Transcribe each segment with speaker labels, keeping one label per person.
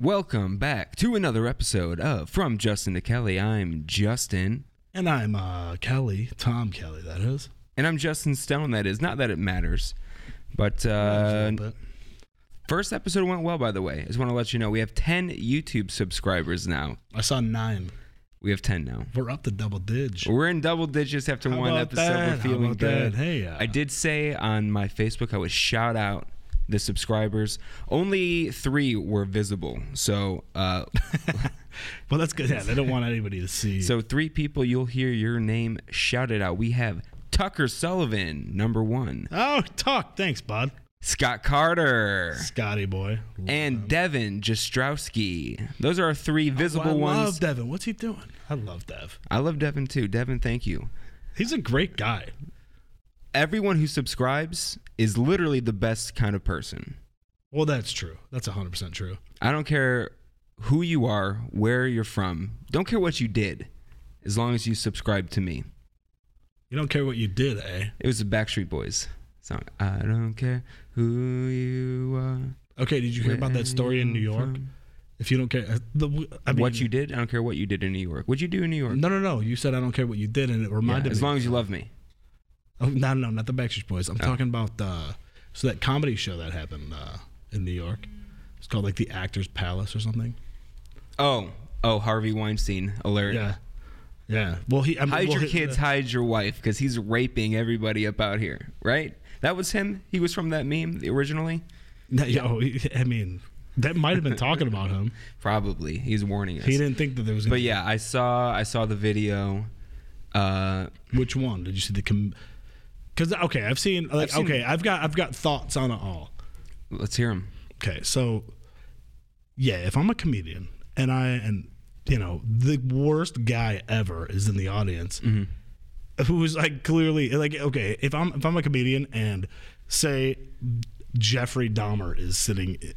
Speaker 1: Welcome back to another episode of From Justin to Kelly. I'm Justin.
Speaker 2: And I'm uh, Kelly, Tom Kelly, that is.
Speaker 1: And I'm Justin Stone, that is. Not that it matters. But uh,
Speaker 2: But
Speaker 1: first episode went well, by the way. I just want to let you know we have 10 YouTube subscribers now.
Speaker 2: I saw nine.
Speaker 1: We have 10 now.
Speaker 2: We're up to double dig.
Speaker 1: We're in double digits after
Speaker 2: How
Speaker 1: one
Speaker 2: about
Speaker 1: episode.
Speaker 2: that?
Speaker 1: We're
Speaker 2: How
Speaker 1: feeling
Speaker 2: about
Speaker 1: good.
Speaker 2: that? Hey, uh,
Speaker 1: I did say on my Facebook I would shout out the subscribers. Only three were visible. So, uh,
Speaker 2: Well, that's good. Yeah, they don't want anybody to see.
Speaker 1: so three people you'll hear your name shouted out. We have Tucker Sullivan, number one,
Speaker 2: oh, talk. Thanks, bud.
Speaker 1: Scott Carter,
Speaker 2: Scotty boy.
Speaker 1: and Devin Jastrowski. Those are our three
Speaker 2: Well,
Speaker 1: visible
Speaker 2: Oh, I
Speaker 1: ones.
Speaker 2: love Devin. What's he doing? I love Dev.
Speaker 1: I love Devin too. Devin, thank you.
Speaker 2: He's a great guy.
Speaker 1: Everyone who subscribes is literally the best kind of person.
Speaker 2: Well, that's true. That's 100% true.
Speaker 1: I don't care who you are, where you're from, don't care what you did, as long as you subscribe to me.
Speaker 2: You don't care what you did, eh?
Speaker 1: It was the Backstreet Boys song. I don't care who you are.
Speaker 2: Okay, did you hear about
Speaker 1: where
Speaker 2: that story in New
Speaker 1: you're
Speaker 2: York?
Speaker 1: from.
Speaker 2: If you don't care, uh, the, I mean,
Speaker 1: Mm-hmm. what you did? I don't care what you did in New York. What'd you do in New York?
Speaker 2: No, no, no. You said I don't care what you did, and it
Speaker 1: Yeah,
Speaker 2: reminded
Speaker 1: as
Speaker 2: me.
Speaker 1: long as you love me.
Speaker 2: Oh, no, no, not the Backstreet Boys. I'm talking about uh, so that comedy show that happened uh, in New York. It's called like the Actors Palace or something.
Speaker 1: Oh, oh, Harvey Weinstein alert.
Speaker 2: Yeah, yeah. Well, he I mean,
Speaker 1: Hide
Speaker 2: well,
Speaker 1: your
Speaker 2: he-
Speaker 1: kids, hide your wife, because he's raping everybody up out here, right? That was him. He was from that meme originally.
Speaker 2: No, yeah, oh, he- I mean, that might have been talking about him.
Speaker 1: Probably, he's warning us.
Speaker 2: He didn't think that there was. Gonna,
Speaker 1: But yeah, I saw I saw the video. Uh,
Speaker 2: which one did you see the? Because okay, I've seen like
Speaker 1: I've seen-
Speaker 2: okay, I've got I've got thoughts on it all.
Speaker 1: let's hear him.
Speaker 2: Okay, so yeah, if I'm a comedian and I and you know the worst guy ever is in the audience,
Speaker 1: Mm-hmm.
Speaker 2: who is like clearly like okay, if I'm if I'm a comedian and say Jeffrey Dahmer is sitting i-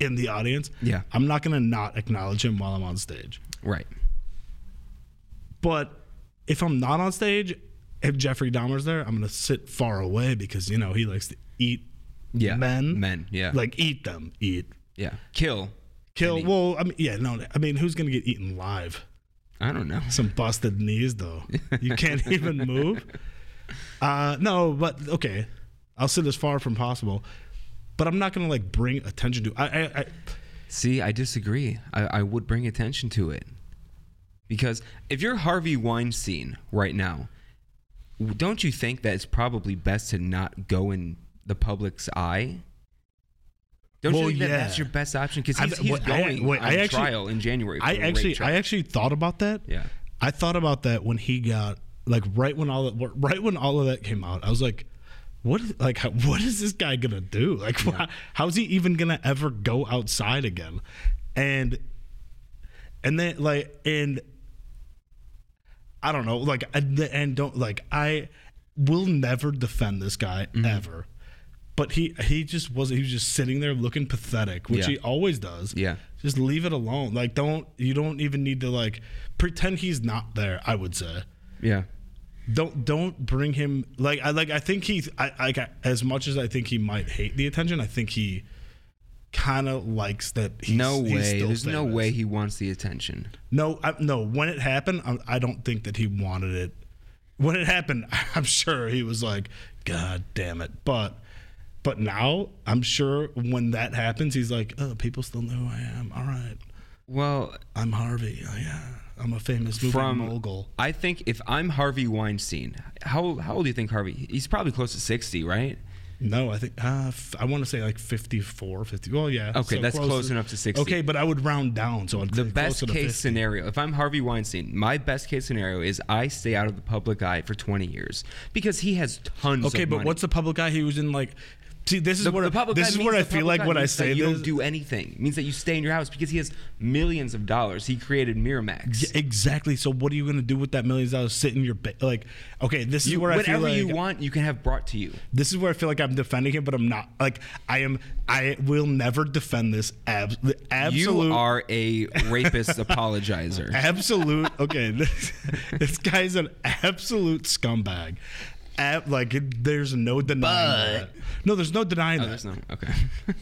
Speaker 2: in the audience,
Speaker 1: Yeah.
Speaker 2: I'm not gonna not acknowledge him while I'm on stage.
Speaker 1: Right.
Speaker 2: But if I'm not on stage, if Jeffrey Dahmer's there, I'm gonna sit far away because you know he likes to eat
Speaker 1: Yeah.
Speaker 2: men,
Speaker 1: Men. Yeah.
Speaker 2: like eat them, eat
Speaker 1: yeah. Kill.
Speaker 2: Kill. Well, I mean, yeah, no. I mean, who's gonna get eaten live?
Speaker 1: I don't know.
Speaker 2: Some busted knees, though. You can't even move. Uh, no, but okay. I'll sit as far from possible, but I'm not gonna like bring attention to. I, I, I
Speaker 1: See, I disagree. I, I would bring attention to it because if you're Harvey Weinstein right now, w- don't you think that it's probably best to not go in the public's eye? Don't
Speaker 2: Well,
Speaker 1: you think that
Speaker 2: yeah.
Speaker 1: that's your best option? Because
Speaker 2: I-
Speaker 1: he's, he's
Speaker 2: wait, I-
Speaker 1: going
Speaker 2: wait,
Speaker 1: on
Speaker 2: I actually-
Speaker 1: trial in January. For
Speaker 2: I
Speaker 1: a rape
Speaker 2: actually,
Speaker 1: charge.
Speaker 2: I actually thought about that.
Speaker 1: yeah.
Speaker 2: I thought about that when he got like right when all that, right when all of that came out. I was like, what? Is, like, how, what is this guy gonna do? Like, wh- how's he even gonna ever go outside again? And and then like and I don't know, like and, and don't like I will never defend this guy
Speaker 1: Mm-hmm.
Speaker 2: ever. But he he just was he was just sitting there looking pathetic, which
Speaker 1: Yeah.
Speaker 2: he always does.
Speaker 1: Yeah.
Speaker 2: Just leave it alone. Like don't you don't even need to like pretend he's not there, I would say.
Speaker 1: Yeah.
Speaker 2: Don't don't bring him like I like I think he I like I- as much as I think he might hate the attention, I think he kind of likes that he's
Speaker 1: No
Speaker 2: he's
Speaker 1: way.
Speaker 2: still
Speaker 1: There's no
Speaker 2: famous.
Speaker 1: way he wants the attention.
Speaker 2: No, I, no. When it happened, I, I don't think that he wanted it. When it happened, I'm sure he was like, "God damn it!" But, but now I'm sure when that happens, he's like, "Oh, people still know who I am. All right,
Speaker 1: Well,
Speaker 2: I'm Harvey. Oh, yeah, I'm a famous movie
Speaker 1: From-
Speaker 2: mogul."
Speaker 1: I think if I'm Harvey Weinstein, how how old do you think Harvey? He's probably close to 60, right?
Speaker 2: No, I think uh, f- I want to say like 54, 50. Well, yeah.
Speaker 1: Okay, that's close enough to 60.
Speaker 2: Okay, but I would round down, so I'd
Speaker 1: The
Speaker 2: say
Speaker 1: best
Speaker 2: closer to
Speaker 1: case
Speaker 2: 50.
Speaker 1: scenario, if I'm Harvey Weinstein, my best case scenario is I stay out of the public eye for 20 years because he has tons
Speaker 2: Okay,
Speaker 1: of
Speaker 2: but
Speaker 1: money.
Speaker 2: what's the public eye? He was in like. See, this is
Speaker 1: the,
Speaker 2: where
Speaker 1: the public
Speaker 2: this
Speaker 1: eye
Speaker 2: is
Speaker 1: means
Speaker 2: where I
Speaker 1: the
Speaker 2: feel
Speaker 1: public
Speaker 2: like
Speaker 1: eye
Speaker 2: when I
Speaker 1: means that
Speaker 2: say
Speaker 1: you
Speaker 2: this.
Speaker 1: don't do anything. It means that you stay in your house because he has millions of dollars. He created Miramax.
Speaker 2: Yeah, exactly. So what are you gonna do with that millions of dollars? Sit in your ba- like, okay, this is
Speaker 1: You-
Speaker 2: where I feel
Speaker 1: whatever
Speaker 2: like
Speaker 1: you want, you can have brought to you.
Speaker 2: this is where I feel like I'm defending him, but I'm not. Like I am, I will never defend this. Ab- the absolute,
Speaker 1: You are a rapist apologizer.
Speaker 2: absolute. Okay, this, this guy's an absolute scumbag, ab- like it, there's no denying that. No, there's no denying
Speaker 1: Oh,
Speaker 2: that.
Speaker 1: there's no. Okay.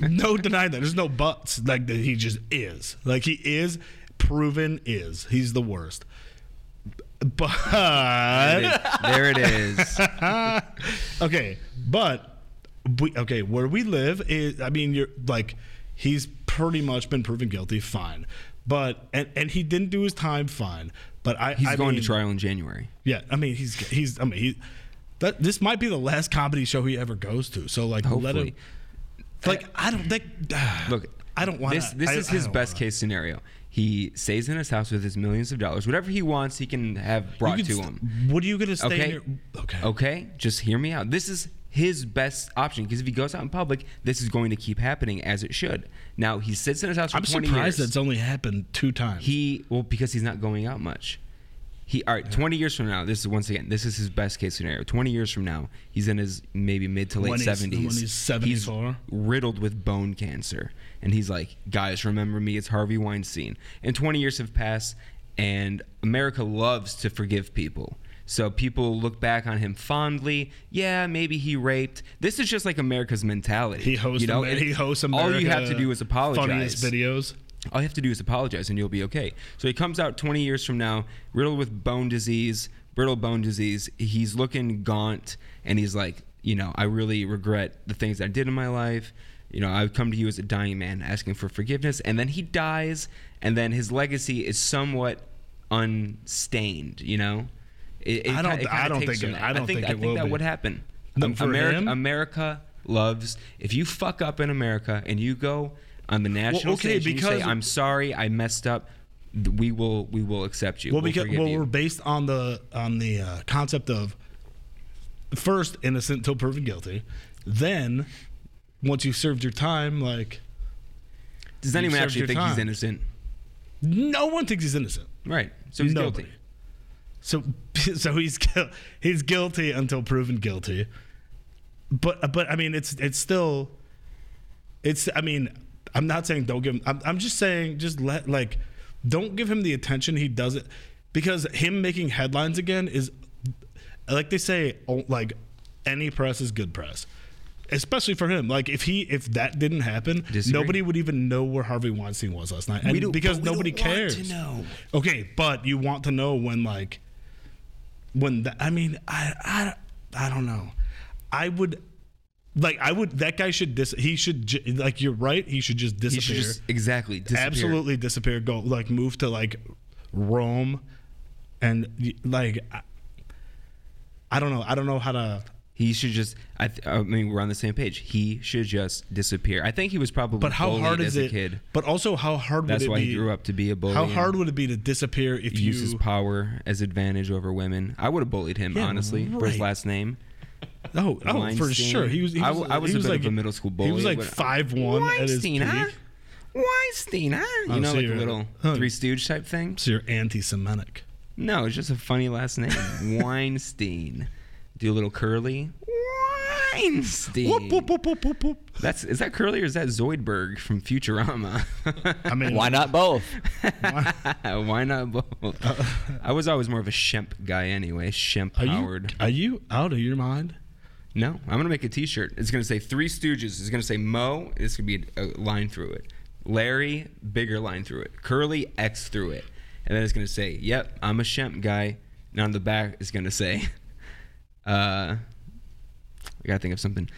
Speaker 2: no denying that. There's no buts. Like that he just is. Like he is proven is. He's the worst. But
Speaker 1: there it is.
Speaker 2: okay, but we okay where we live is. I mean, you're like he's pretty much been proven guilty. Fine, but and and he didn't do his time. Fine, but I
Speaker 1: He's
Speaker 2: I
Speaker 1: going
Speaker 2: mean,
Speaker 1: to trial in January.
Speaker 2: Yeah, I mean he's he's I mean he. That, this might be the last comedy show he ever goes to. So like, let him.
Speaker 1: Hopefully.
Speaker 2: Like I don't think.
Speaker 1: Look,
Speaker 2: I don't want
Speaker 1: this. This is his best case scenario. He stays in his house with his millions of dollars. Whatever he wants, he can have brought to him.
Speaker 2: What are you gonna stay?
Speaker 1: Okay.
Speaker 2: Here? Okay.
Speaker 1: Okay, just hear me out. This is his best option because if he goes out in public, this is going to keep happening as it should. Now he sits in his house for
Speaker 2: I'm
Speaker 1: 20
Speaker 2: surprised
Speaker 1: years.
Speaker 2: that's only happened two times.
Speaker 1: he well because he's not going out much. He all right. 20 years from now, this is once again this is his best case scenario. 20 years from now, he's in his maybe mid to late
Speaker 2: When he's-
Speaker 1: 70s.
Speaker 2: when he's 74.
Speaker 1: riddled with bone cancer, and he's like, guys, remember me? It's Harvey Weinstein. And 20 years have passed, and America loves to forgive people. So people look back on him fondly. Yeah, maybe he raped. This is just like America's mentality.
Speaker 2: He hosts.
Speaker 1: you know,
Speaker 2: Amer-
Speaker 1: and
Speaker 2: he hosts.
Speaker 1: All you have to
Speaker 2: America
Speaker 1: do is apologize.
Speaker 2: Funniest videos.
Speaker 1: All you have to do is apologize and you'll be okay. So he comes out 20 years from now, riddled with bone disease, brittle bone disease. He's looking gaunt and he's like, you know, I really regret the things I did in my life. You know, I've come to you as a dying man asking for forgiveness. And then he dies, and then his legacy is somewhat unstained, you know? It, it
Speaker 2: I don't-
Speaker 1: ki- it kinda
Speaker 2: I don't
Speaker 1: takes
Speaker 2: think
Speaker 1: from
Speaker 2: it-
Speaker 1: that.
Speaker 2: I don't think
Speaker 1: I
Speaker 2: it
Speaker 1: think
Speaker 2: will
Speaker 1: that
Speaker 2: be.
Speaker 1: would happen.
Speaker 2: No,
Speaker 1: Um,
Speaker 2: for
Speaker 1: Ameri-
Speaker 2: him?
Speaker 1: America loves. If you fuck up in America and you go on the national
Speaker 2: okay,
Speaker 1: stage and you say
Speaker 2: because-
Speaker 1: I'm sorry, I messed up, th- we will we will accept you.
Speaker 2: Well,
Speaker 1: we'll
Speaker 2: because
Speaker 1: forgive
Speaker 2: well,
Speaker 1: you.
Speaker 2: we're based on the on the uh, concept of first innocent until proven guilty, then once you've served your time, like
Speaker 1: Does anyone
Speaker 2: served
Speaker 1: actually
Speaker 2: your
Speaker 1: think he's
Speaker 2: time.
Speaker 1: innocent?
Speaker 2: no one thinks he's innocent.
Speaker 1: Right. So he's
Speaker 2: Nobody.
Speaker 1: guilty.
Speaker 2: So so he's guil- he's guilty until proven guilty. But but I mean it's it's still it's I mean I'm not saying don't give him I'm, I'm just saying just let like don't give him the attention he doesn't because him making headlines again is like they say oh, like any press is good press especially for him like if he if that didn't happen
Speaker 1: Disagree.
Speaker 2: nobody would even know where Harvey Weinstein was last night and
Speaker 1: don't-
Speaker 2: because
Speaker 1: but we don't
Speaker 2: nobody
Speaker 1: want
Speaker 2: cares
Speaker 1: to know.
Speaker 2: Okay, but you want to know when like when the, I mean I I I don't know. I would like I would that guy should dis he should j- like you're right he should just
Speaker 1: He
Speaker 2: disappear.
Speaker 1: should just exactly disappear.
Speaker 2: Absolutely disappear. Go like move to like Rome and y- like I, I don't know. I don't know how to
Speaker 1: He should just. I, th- I mean, we're on the same page. He should just disappear. I think he was probably.
Speaker 2: But how
Speaker 1: bullied
Speaker 2: hard
Speaker 1: as
Speaker 2: is it?
Speaker 1: a kid?
Speaker 2: But also how hard
Speaker 1: That's
Speaker 2: would it
Speaker 1: why
Speaker 2: be?
Speaker 1: he grew up to be a bully.
Speaker 2: How
Speaker 1: and
Speaker 2: hard would it be to disappear if
Speaker 1: he
Speaker 2: you
Speaker 1: uses power as advantage over women? I would have bullied him honestly for his
Speaker 2: right.
Speaker 1: last name.
Speaker 2: Oh, oh, for
Speaker 1: Weinstein.
Speaker 2: sure. He was. He was
Speaker 1: I w- I was
Speaker 2: he
Speaker 1: a
Speaker 2: was
Speaker 1: bit
Speaker 2: like
Speaker 1: of a middle school
Speaker 2: He was
Speaker 1: bully,
Speaker 2: like
Speaker 1: but-
Speaker 2: five one at his peak.
Speaker 1: Weinstein, huh? Weinstein, huh? You
Speaker 2: Oh,
Speaker 1: know, like
Speaker 2: so
Speaker 1: the
Speaker 2: you're-
Speaker 1: little
Speaker 2: huh.
Speaker 1: Three Stooge type thing.
Speaker 2: So you're anti-Semitic.
Speaker 1: No, it's just a funny last name, Weinstein. Do a little curly, Weinstein.
Speaker 2: Whoop, whoop, whoop, whoop, whoop, whoop.
Speaker 1: That's is that curly or is that Zoidberg from Futurama?
Speaker 2: I mean,
Speaker 3: Why
Speaker 1: Uh,
Speaker 3: not both?
Speaker 1: Why not both? I was always more of a Shemp guy anyway. Shemp
Speaker 2: Uh, Are
Speaker 1: Howard.
Speaker 2: you are you out of your mind?
Speaker 1: No, I'm gonna make a T-shirt. It's gonna say Three Stooges. It's gonna say Mo. It's gonna be a line through it. Larry, bigger line through it. Curly X through it, and then it's gonna say, "Yep, I'm a Shemp guy." And on the back, it's gonna say, "Uh, I gotta think of something."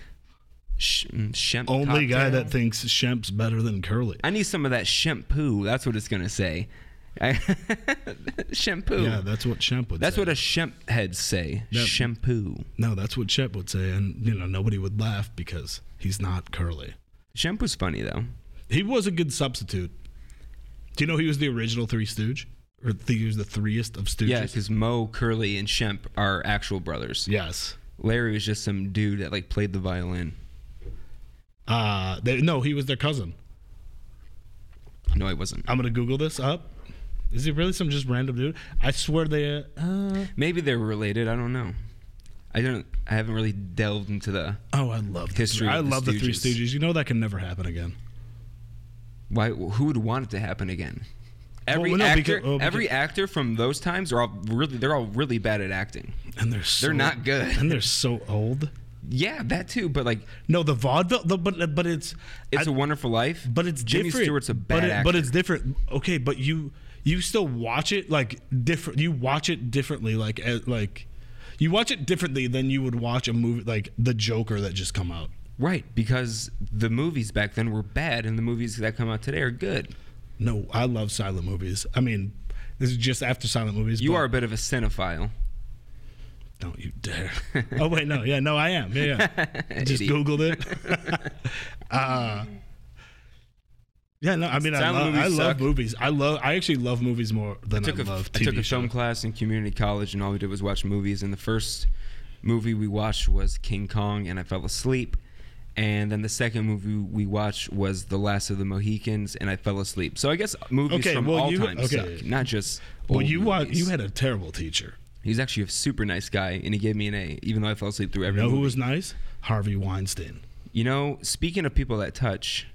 Speaker 1: Sh- mm, Shemp.
Speaker 2: Only guy
Speaker 1: cocktail.
Speaker 2: that thinks Shemp's better than Curly.
Speaker 1: I need some of that shampoo. That's what it's gonna say. I, shampoo.
Speaker 2: Yeah, that's what Shemp would.
Speaker 1: that's
Speaker 2: say.
Speaker 1: what a shemp heads say.
Speaker 2: That-
Speaker 1: shampoo.
Speaker 2: no, that's what Shemp would say, and you know nobody would laugh because he's not Curly.
Speaker 1: Shampoo's funny though.
Speaker 2: He was a good substitute. Do you know he was the original Three Stooge, or the, he was the threest of Stooges?
Speaker 1: Yeah, because Mo, Curly, and Shemp are actual brothers.
Speaker 2: Yes.
Speaker 1: Larry was just some dude that like played the violin.
Speaker 2: Uh, they, no, he was their cousin.
Speaker 1: No, I wasn't.
Speaker 2: I'm gonna Google this up. Is it really some just random dude? I swear they. Uh,
Speaker 1: Maybe they were related. I don't know. I don't. I haven't really delved into the
Speaker 2: oh, I love the
Speaker 1: History
Speaker 2: Three, I
Speaker 1: of the
Speaker 2: love the Three
Speaker 1: Stooges.
Speaker 2: Stooges. You know that can never happen again.
Speaker 1: why. Who would want it to happen again? Every
Speaker 2: Well, no,
Speaker 1: actor,
Speaker 2: because- oh, because-
Speaker 1: every actor from those times are all really they're all really bad at acting.
Speaker 2: and they're so,
Speaker 1: They're not good.
Speaker 2: and they're so old.
Speaker 1: Yeah, that too. But like,
Speaker 2: No, the vaudeville, the, but but it's
Speaker 1: it's
Speaker 2: I-
Speaker 1: a Wonderful Life.
Speaker 2: but it's
Speaker 1: Jimmy
Speaker 2: different.
Speaker 1: Stewart's a
Speaker 2: but
Speaker 1: bad
Speaker 2: it-
Speaker 1: actor.
Speaker 2: But it's different. Okay, but you you still watch it like different. You watch it differently, like as, like you watch it differently than you would watch a movie like The Joker that just come out.
Speaker 1: right because the movies back then were bad, and the movies that come out today are good.
Speaker 2: No, I love silent movies. I mean, this is just after silent movies.
Speaker 1: You
Speaker 2: but-
Speaker 1: are a bit of a cinephile.
Speaker 2: Don't you dare. oh wait, no, yeah, no, I am. Yeah, yeah. just
Speaker 1: Idiot.
Speaker 2: googled it. uh, yeah, no, I mean, I,
Speaker 1: Silent
Speaker 2: love, I
Speaker 1: movies
Speaker 2: love
Speaker 1: suck.
Speaker 2: movies. I love. I actually love movies more than I,
Speaker 1: took a,
Speaker 2: love
Speaker 1: I
Speaker 2: TV
Speaker 1: took a
Speaker 2: shows.
Speaker 1: film class in community college, and all we did was watch movies. And the first movie we watched was King Kong, and I fell asleep. And then the second movie we watched was The Last of the Mohicans, and I fell asleep. So I guess movies
Speaker 2: Okay,
Speaker 1: from
Speaker 2: well,
Speaker 1: all
Speaker 2: you-
Speaker 1: time
Speaker 2: okay.
Speaker 1: suck, not just.
Speaker 2: Well,
Speaker 1: old
Speaker 2: you wa-
Speaker 1: movies.
Speaker 2: you had a terrible teacher.
Speaker 1: He was actually a super nice guy, and he gave me an A, even though I fell asleep through every.
Speaker 2: You know who
Speaker 1: movie.
Speaker 2: was nice? Harvey Weinstein.
Speaker 1: You know, speaking of people that touch,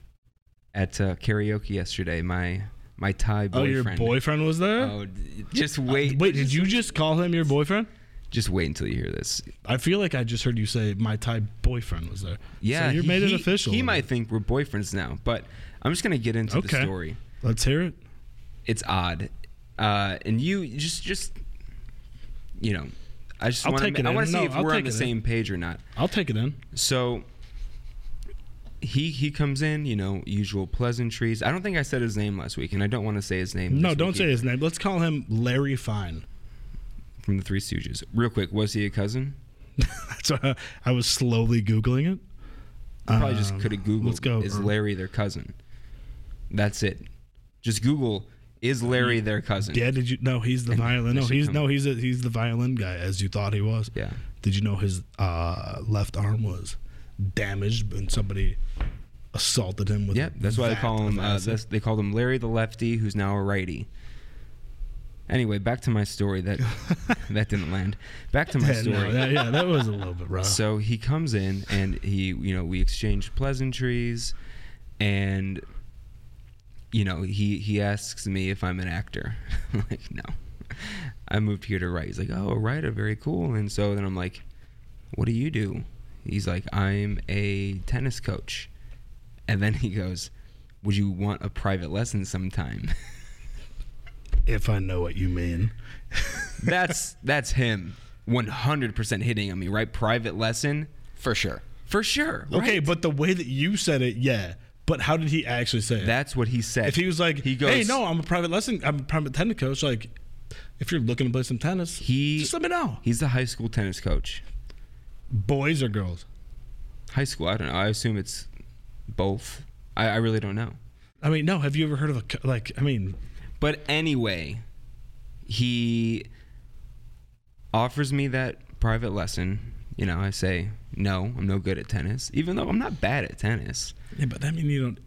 Speaker 1: at uh, karaoke yesterday, my my Thai
Speaker 2: Oh,
Speaker 1: boyfriend.
Speaker 2: your boyfriend was there? Uh,
Speaker 1: Oh, d- just wait.
Speaker 2: Wait, did you just call him your boyfriend?
Speaker 1: Just wait until you hear this.
Speaker 2: I feel like I just heard you say my Thai boyfriend was there.
Speaker 1: Yeah,
Speaker 2: so you
Speaker 1: he-
Speaker 2: made it
Speaker 1: he-
Speaker 2: official.
Speaker 1: He might think we're boyfriends now, but I'm just gonna get into
Speaker 2: Okay.
Speaker 1: the story.
Speaker 2: Let's hear it.
Speaker 1: It's odd, uh, and you you just just you know, I just
Speaker 2: I'll
Speaker 1: want
Speaker 2: take it
Speaker 1: to I want
Speaker 2: in.
Speaker 1: to see
Speaker 2: No,
Speaker 1: if
Speaker 2: I'll
Speaker 1: we're on
Speaker 2: take
Speaker 1: the
Speaker 2: it in.
Speaker 1: same page or not.
Speaker 2: I'll take it in.
Speaker 1: So he he comes in, you know, usual pleasantries. I don't think I said his name last week, and I don't want to say his name.
Speaker 2: No,
Speaker 1: this
Speaker 2: don't
Speaker 1: week
Speaker 2: say his name. Let's call him Larry Fine.
Speaker 1: either, from the Three Stooges. Real quick, was he a cousin?
Speaker 2: so I, I was slowly googling
Speaker 1: You
Speaker 2: it.
Speaker 1: probably just
Speaker 2: Um,
Speaker 1: could have googled.
Speaker 2: let's go,
Speaker 1: Is
Speaker 2: Irv.
Speaker 1: Larry their cousin? That's it. Just Google is Larry their cousin.
Speaker 2: Yeah, did you? No, he's the violin. No,
Speaker 1: should
Speaker 2: he's
Speaker 1: come-
Speaker 2: no, he's a, he's the violin guy, as you thought he was.
Speaker 1: Yeah.
Speaker 2: Did you know his uh, left arm was damaged when somebody assaulted him with?
Speaker 1: Yep,
Speaker 2: a
Speaker 1: that's why they
Speaker 2: vat
Speaker 1: call him.
Speaker 2: of
Speaker 1: Uh,
Speaker 2: acid?
Speaker 1: that's, they called him Larry the Lefty, who's now a righty. Anyway, back to my story. That that didn't land. Back to my
Speaker 2: yeah,
Speaker 1: story.
Speaker 2: no, that, yeah, that was a little bit rough.
Speaker 1: So he comes in and he, you know, we exchange pleasantries, and you know, he he asks me if I'm an actor. I'm like, no, I moved here to write. He's like, oh, a writer, very cool. And so then I'm like, what do you do? He's like, I'm a tennis coach. And then he goes, would you want a private lesson sometime?
Speaker 2: if I know what you mean,
Speaker 1: that's that's him, 100% hitting on me, right? Private lesson.
Speaker 3: for sure.
Speaker 1: For sure. right?
Speaker 2: okay, but the way that you said it, yeah. But how did he actually say it?
Speaker 1: That's what he said.
Speaker 2: if he was like,
Speaker 1: he goes,
Speaker 2: "Hey, no, I'm a private lesson. I'm a private tennis coach." Like, if you're looking to play some tennis,
Speaker 1: He-
Speaker 2: just let me know.
Speaker 1: he's the high school tennis coach.
Speaker 2: Boys or girls?
Speaker 1: High school, I don't know. I assume it's both. I, I really don't know.
Speaker 2: I mean, no. Have you ever heard of a co- like? I mean,
Speaker 1: But anyway, he offers me that private lesson. You know, I say, no, I'm no good at tennis, even though I'm not bad at tennis.
Speaker 2: yeah, but I mean, you don't.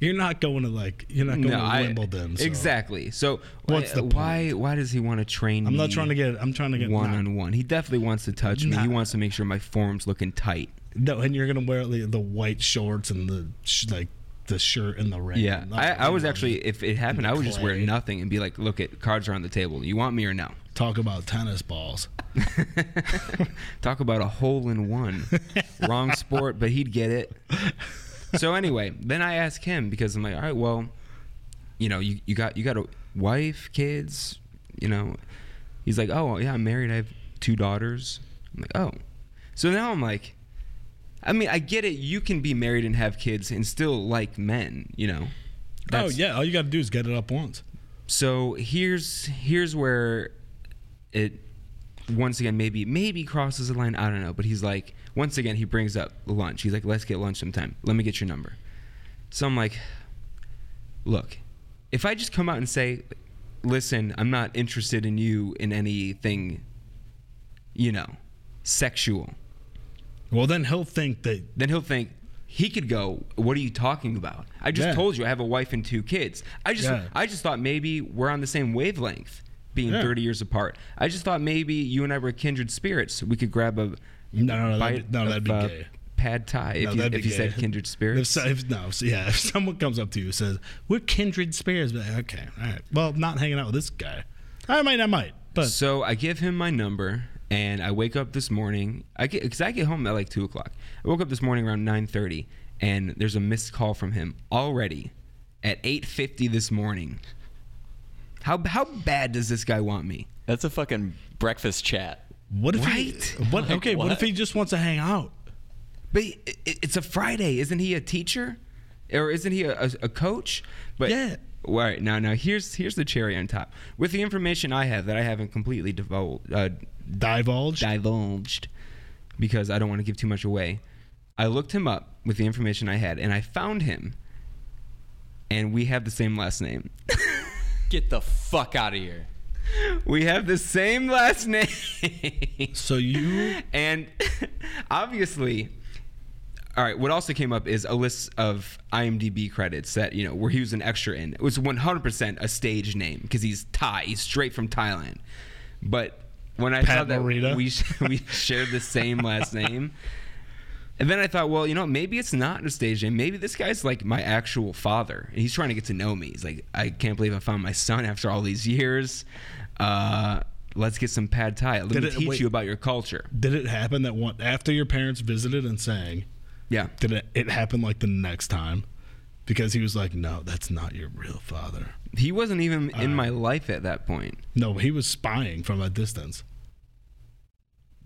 Speaker 2: You're not going to like. You're not going
Speaker 1: no,
Speaker 2: to
Speaker 1: I-
Speaker 2: Wimbledon. so-
Speaker 1: Exactly. So
Speaker 2: What's
Speaker 1: why,
Speaker 2: the
Speaker 1: why why does he want to train
Speaker 2: I'm
Speaker 1: me?
Speaker 2: not trying to get. I'm trying to get
Speaker 1: one
Speaker 2: not-
Speaker 1: on one. He definitely wants to touch me. He
Speaker 2: Nah.
Speaker 1: wants to make sure my form's looking tight.
Speaker 2: No, and you're gonna wear the, the white shorts and the sh- like the shirt and the rain.
Speaker 1: Yeah,
Speaker 2: Not
Speaker 1: I, I was
Speaker 2: really
Speaker 1: actually, if it happened, I would just wear
Speaker 2: Clay.
Speaker 1: nothing and be like, look, it cards are on the table. You want me or no?
Speaker 2: talk about tennis balls.
Speaker 1: Talk about a hole in one. Wrong sport, but he'd get it. So anyway, then I ask him because I'm like, all right, well, you know, you, you got you got a wife, kids, you know. He's like, oh yeah, I'm married. I have two daughters. I'm like, oh, so now I'm like, I mean, I get it. You can be married and have kids and still like men, you know.
Speaker 2: oh yeah, all you got to do is get it up once.
Speaker 1: So here's here's where it once again maybe maybe crosses the line. I don't know, but he's like once again he brings up lunch. He's like, let's get lunch sometime. Let me get your number. So I'm like, look, if I just come out and say, listen, I'm not interested in you in anything, you know, sexual,
Speaker 2: Well, then he'll think that.
Speaker 1: then he'll think. He could go. What are you talking about? I just
Speaker 2: Yeah.
Speaker 1: told you I have a wife and two kids. I just
Speaker 2: Yeah.
Speaker 1: I just thought maybe we're on the same wavelength, being
Speaker 2: Yeah.
Speaker 1: 30 years apart. I just thought maybe you and I were kindred spirits. We could grab a
Speaker 2: No, no, no, that'd,
Speaker 1: bite
Speaker 2: no,
Speaker 1: of,
Speaker 2: that'd be
Speaker 1: uh,
Speaker 2: gay.
Speaker 1: pad thai if
Speaker 2: No,
Speaker 1: you,
Speaker 2: that'd be
Speaker 1: if you said
Speaker 2: gay.
Speaker 1: kindred
Speaker 2: If,
Speaker 1: spirits.
Speaker 2: so, if no, so, yeah, if someone comes up to you and says we're kindred spirits, but okay, all right. Well, not hanging out with this guy. I might, I might, but
Speaker 1: So I give him my number, and I wake up this morning. I get because I get home at like two o'clock. I woke up this morning around nine thirty, and there's a missed call from him already at eight fifty this morning. How how bad does this guy want me?
Speaker 3: That's a fucking breakfast chat.
Speaker 2: what if he?
Speaker 1: Right?
Speaker 2: What?
Speaker 3: Like,
Speaker 2: okay, what?
Speaker 3: what?
Speaker 2: if he just wants to hang out?
Speaker 1: But i- i- it's a Friday, isn't he a teacher, or isn't he a, a, a coach? But
Speaker 2: Yeah.
Speaker 1: All right now, now here's here's the cherry on top. With the information I have that I haven't completely divulged, uh,
Speaker 2: Divulge.
Speaker 1: divulged because I don't want to give too much away. I looked him up with the information I had and I found him. And we have the same last name.
Speaker 3: Get the fuck out of here.
Speaker 1: We have the same last name.
Speaker 2: so you
Speaker 1: and obviously, all right, what also came up is a list of IMDb credits that, you know, where he was an extra in. It was 100% a stage name because he's Thai. He's straight from Thailand. But when I
Speaker 2: Pat
Speaker 1: saw that
Speaker 2: Morita.
Speaker 1: we, sh- we shared the same last name, and then I thought, well, you know, maybe it's not a stage name. Maybe this guy's like my actual father, and he's trying to get to know me. He's like, I can't believe I found my son after all these years. Uh, let's get some pad thai. Let
Speaker 2: Did
Speaker 1: me
Speaker 2: it-
Speaker 1: teach
Speaker 2: wait.
Speaker 1: you about your culture.
Speaker 2: did it happen that one after your parents visited and sang?
Speaker 1: Yeah.
Speaker 2: Did it? It happened like the next time because he was like, no, that's not your real father.
Speaker 1: He wasn't even
Speaker 2: Uh,
Speaker 1: in my life at that point.
Speaker 2: No, he was spying from a distance.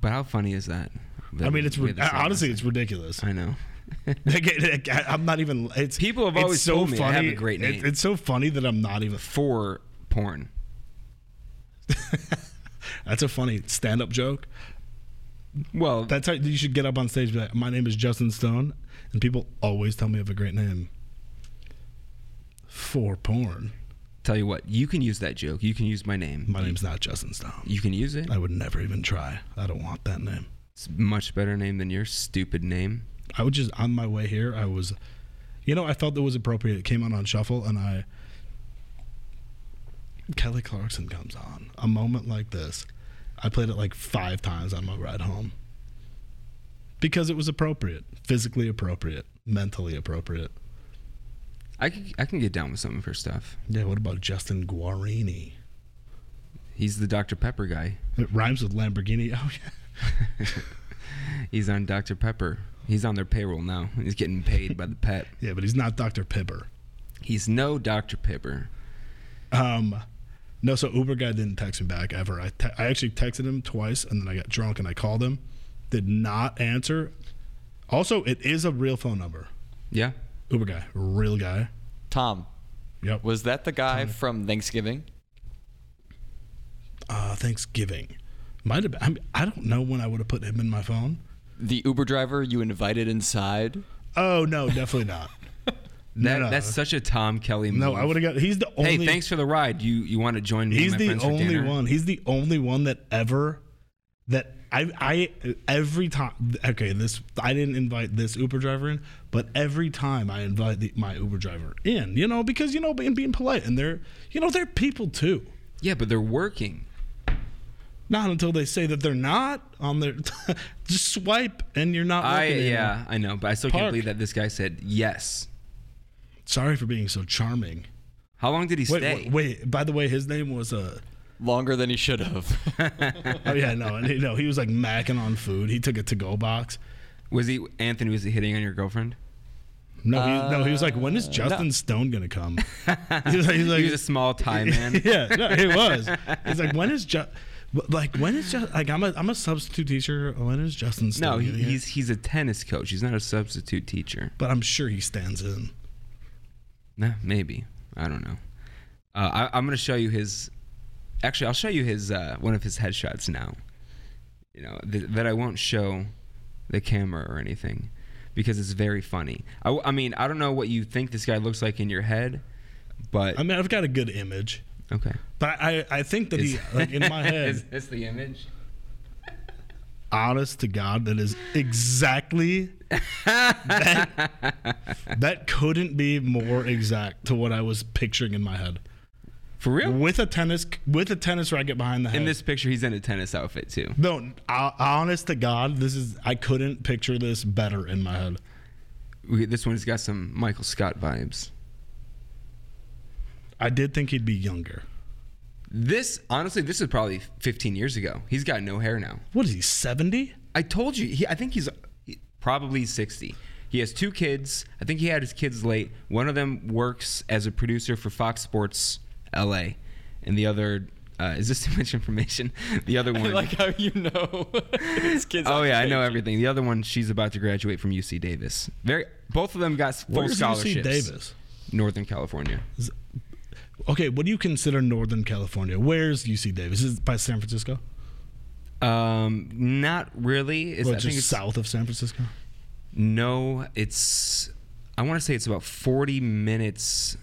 Speaker 1: But how funny is that?
Speaker 2: I
Speaker 1: That
Speaker 2: mean,
Speaker 1: we-
Speaker 2: it's
Speaker 1: we had
Speaker 2: ri-
Speaker 1: the same
Speaker 2: honestly,
Speaker 1: last
Speaker 2: it's ridiculous.
Speaker 1: name. I know.
Speaker 2: Like, it- it- I'm not even. It's
Speaker 1: People have
Speaker 2: it's
Speaker 1: always told me I have a great
Speaker 2: It-
Speaker 1: name.
Speaker 2: it's so funny that I'm not even.
Speaker 1: For porn.
Speaker 2: That's a funny stand-up joke.
Speaker 1: Well,
Speaker 2: That's how you should get up on stage. and Be like, my name is Justin Stone, and people always tell me I have a great name. For porn,
Speaker 1: tell you what, you can use that joke. You can use my name.
Speaker 2: my name's not Justin Stone.
Speaker 1: You can use it.
Speaker 2: I would never even try. I don't want that name.
Speaker 1: It's a much better name than your stupid name.
Speaker 2: I would just on my way here. I was, you know, I felt that was appropriate. It came on on shuffle, and I. Kelly Clarkson comes on. A moment like this, I played it like five times on my ride home. Because it was appropriate, physically appropriate, mentally appropriate.
Speaker 1: I can, I can get down with some of her stuff.
Speaker 2: Yeah. What about Justin Guarini?
Speaker 1: He's the Dr. Pepper guy.
Speaker 2: It rhymes with Lamborghini. Oh yeah.
Speaker 1: He's on Dr. Pepper. He's on their payroll now. He's getting paid by the pet.
Speaker 2: Yeah, but he's not Dr. Pipper.
Speaker 1: He's no Dr. Pepper.
Speaker 2: Um, no, so Uber guy didn't text me back ever. I, te- I actually texted him twice and then I got drunk and I called him. Did not answer. Also, it is a real phone number.
Speaker 1: Yeah.
Speaker 2: Uber guy, real guy.
Speaker 3: Tom,
Speaker 2: Yep.
Speaker 3: was that the guy from Thanksgiving?
Speaker 2: Uh, Thanksgiving. Might have been. I, mean, I don't know when I would have put him in my phone.
Speaker 3: The Uber driver you invited inside?
Speaker 2: Oh, no, definitely not.
Speaker 1: That,
Speaker 2: no.
Speaker 1: That's such a Tom Kelly move.
Speaker 2: No, I would have got. He's the only.
Speaker 1: Hey, thanks for the ride. You you want to join me? and
Speaker 2: He's
Speaker 1: my
Speaker 2: the
Speaker 1: friends for
Speaker 2: only
Speaker 1: dinner?
Speaker 2: one. He's the only one that ever that I I every time okay this I didn't invite this Uber driver in, but every time I invite the, my Uber driver in, you know, because you know being being polite and they're you know they're people too.
Speaker 1: Yeah, but they're working.
Speaker 2: Not until they say that they're not on their just swipe and you're not.
Speaker 1: I
Speaker 2: working anymore.
Speaker 1: yeah, I know, but I still
Speaker 2: Park.
Speaker 1: can't believe that this guy said yes.
Speaker 2: Sorry for being so charming.
Speaker 1: How long did he
Speaker 2: Wait,
Speaker 1: stay?
Speaker 2: wait, wait. By the way, his name was uh
Speaker 3: Longer than he should have.
Speaker 2: oh yeah no and he, no he was like macking on food. He took a to go box.
Speaker 1: Was he Anthony? Was he hitting on your girlfriend?
Speaker 2: No, he, no, he was like, when
Speaker 1: Uh,
Speaker 2: is Justin Stone gonna come? He was like, he was
Speaker 1: he was a small Thai man.
Speaker 2: yeah, no, he was. He's like, when is Ju- like when is Ju- like I'm a I'm a substitute teacher. When is Justin Stone?
Speaker 1: No, he,
Speaker 2: gonna get-
Speaker 1: he's he's a tennis coach. He's not a substitute teacher.
Speaker 2: But I'm sure he stands in.
Speaker 1: Nah, maybe I don't know. Uh, I, I'm gonna show you his. Actually, I'll show you his uh, one of his headshots now. You know th- that I won't show the camera or anything because it's very funny. I, w- I mean, I don't know what you think this guy looks like in your head, but
Speaker 2: I mean, I've got a good image,
Speaker 1: okay.
Speaker 2: but I I think that he like in my
Speaker 1: is
Speaker 2: head,
Speaker 1: this the image?
Speaker 2: honest to God, that is exactly that, that couldn't be more exact to what I was picturing in my head.
Speaker 1: For real?
Speaker 2: with a tennis with a tennis racket behind the head.
Speaker 1: In this picture, he's in a tennis outfit too.
Speaker 2: no, I, honest to God, this is I couldn't picture this better in my head.
Speaker 1: We, this one's got some Michael Scott vibes.
Speaker 2: I did think he'd be younger.
Speaker 1: This honestly, this is probably 15 years ago. He's got no hair now.
Speaker 2: What is he? Seventy?
Speaker 1: I told you. He, I think he's probably 60. He has two kids. I think he had his kids late. One of them works as a producer for Fox Sports LA, and the other uh, is this too much information? The other one.
Speaker 3: like how you know. this kid's
Speaker 1: oh yeah, I know
Speaker 3: occupation.
Speaker 1: everything. The other one, she's about to graduate from UC Davis. Very. Both of them got full
Speaker 2: Where's
Speaker 1: scholarships.
Speaker 2: UC Davis?
Speaker 1: Northern California.
Speaker 2: Okay, what do you consider Northern California? Where's UC Davis? Is it by San Francisco?
Speaker 1: Um, not really. It's,
Speaker 2: Well,
Speaker 1: I
Speaker 2: just
Speaker 1: think it's,
Speaker 2: south of San Francisco.
Speaker 1: No, it's. I want to say it's about 40 minutes.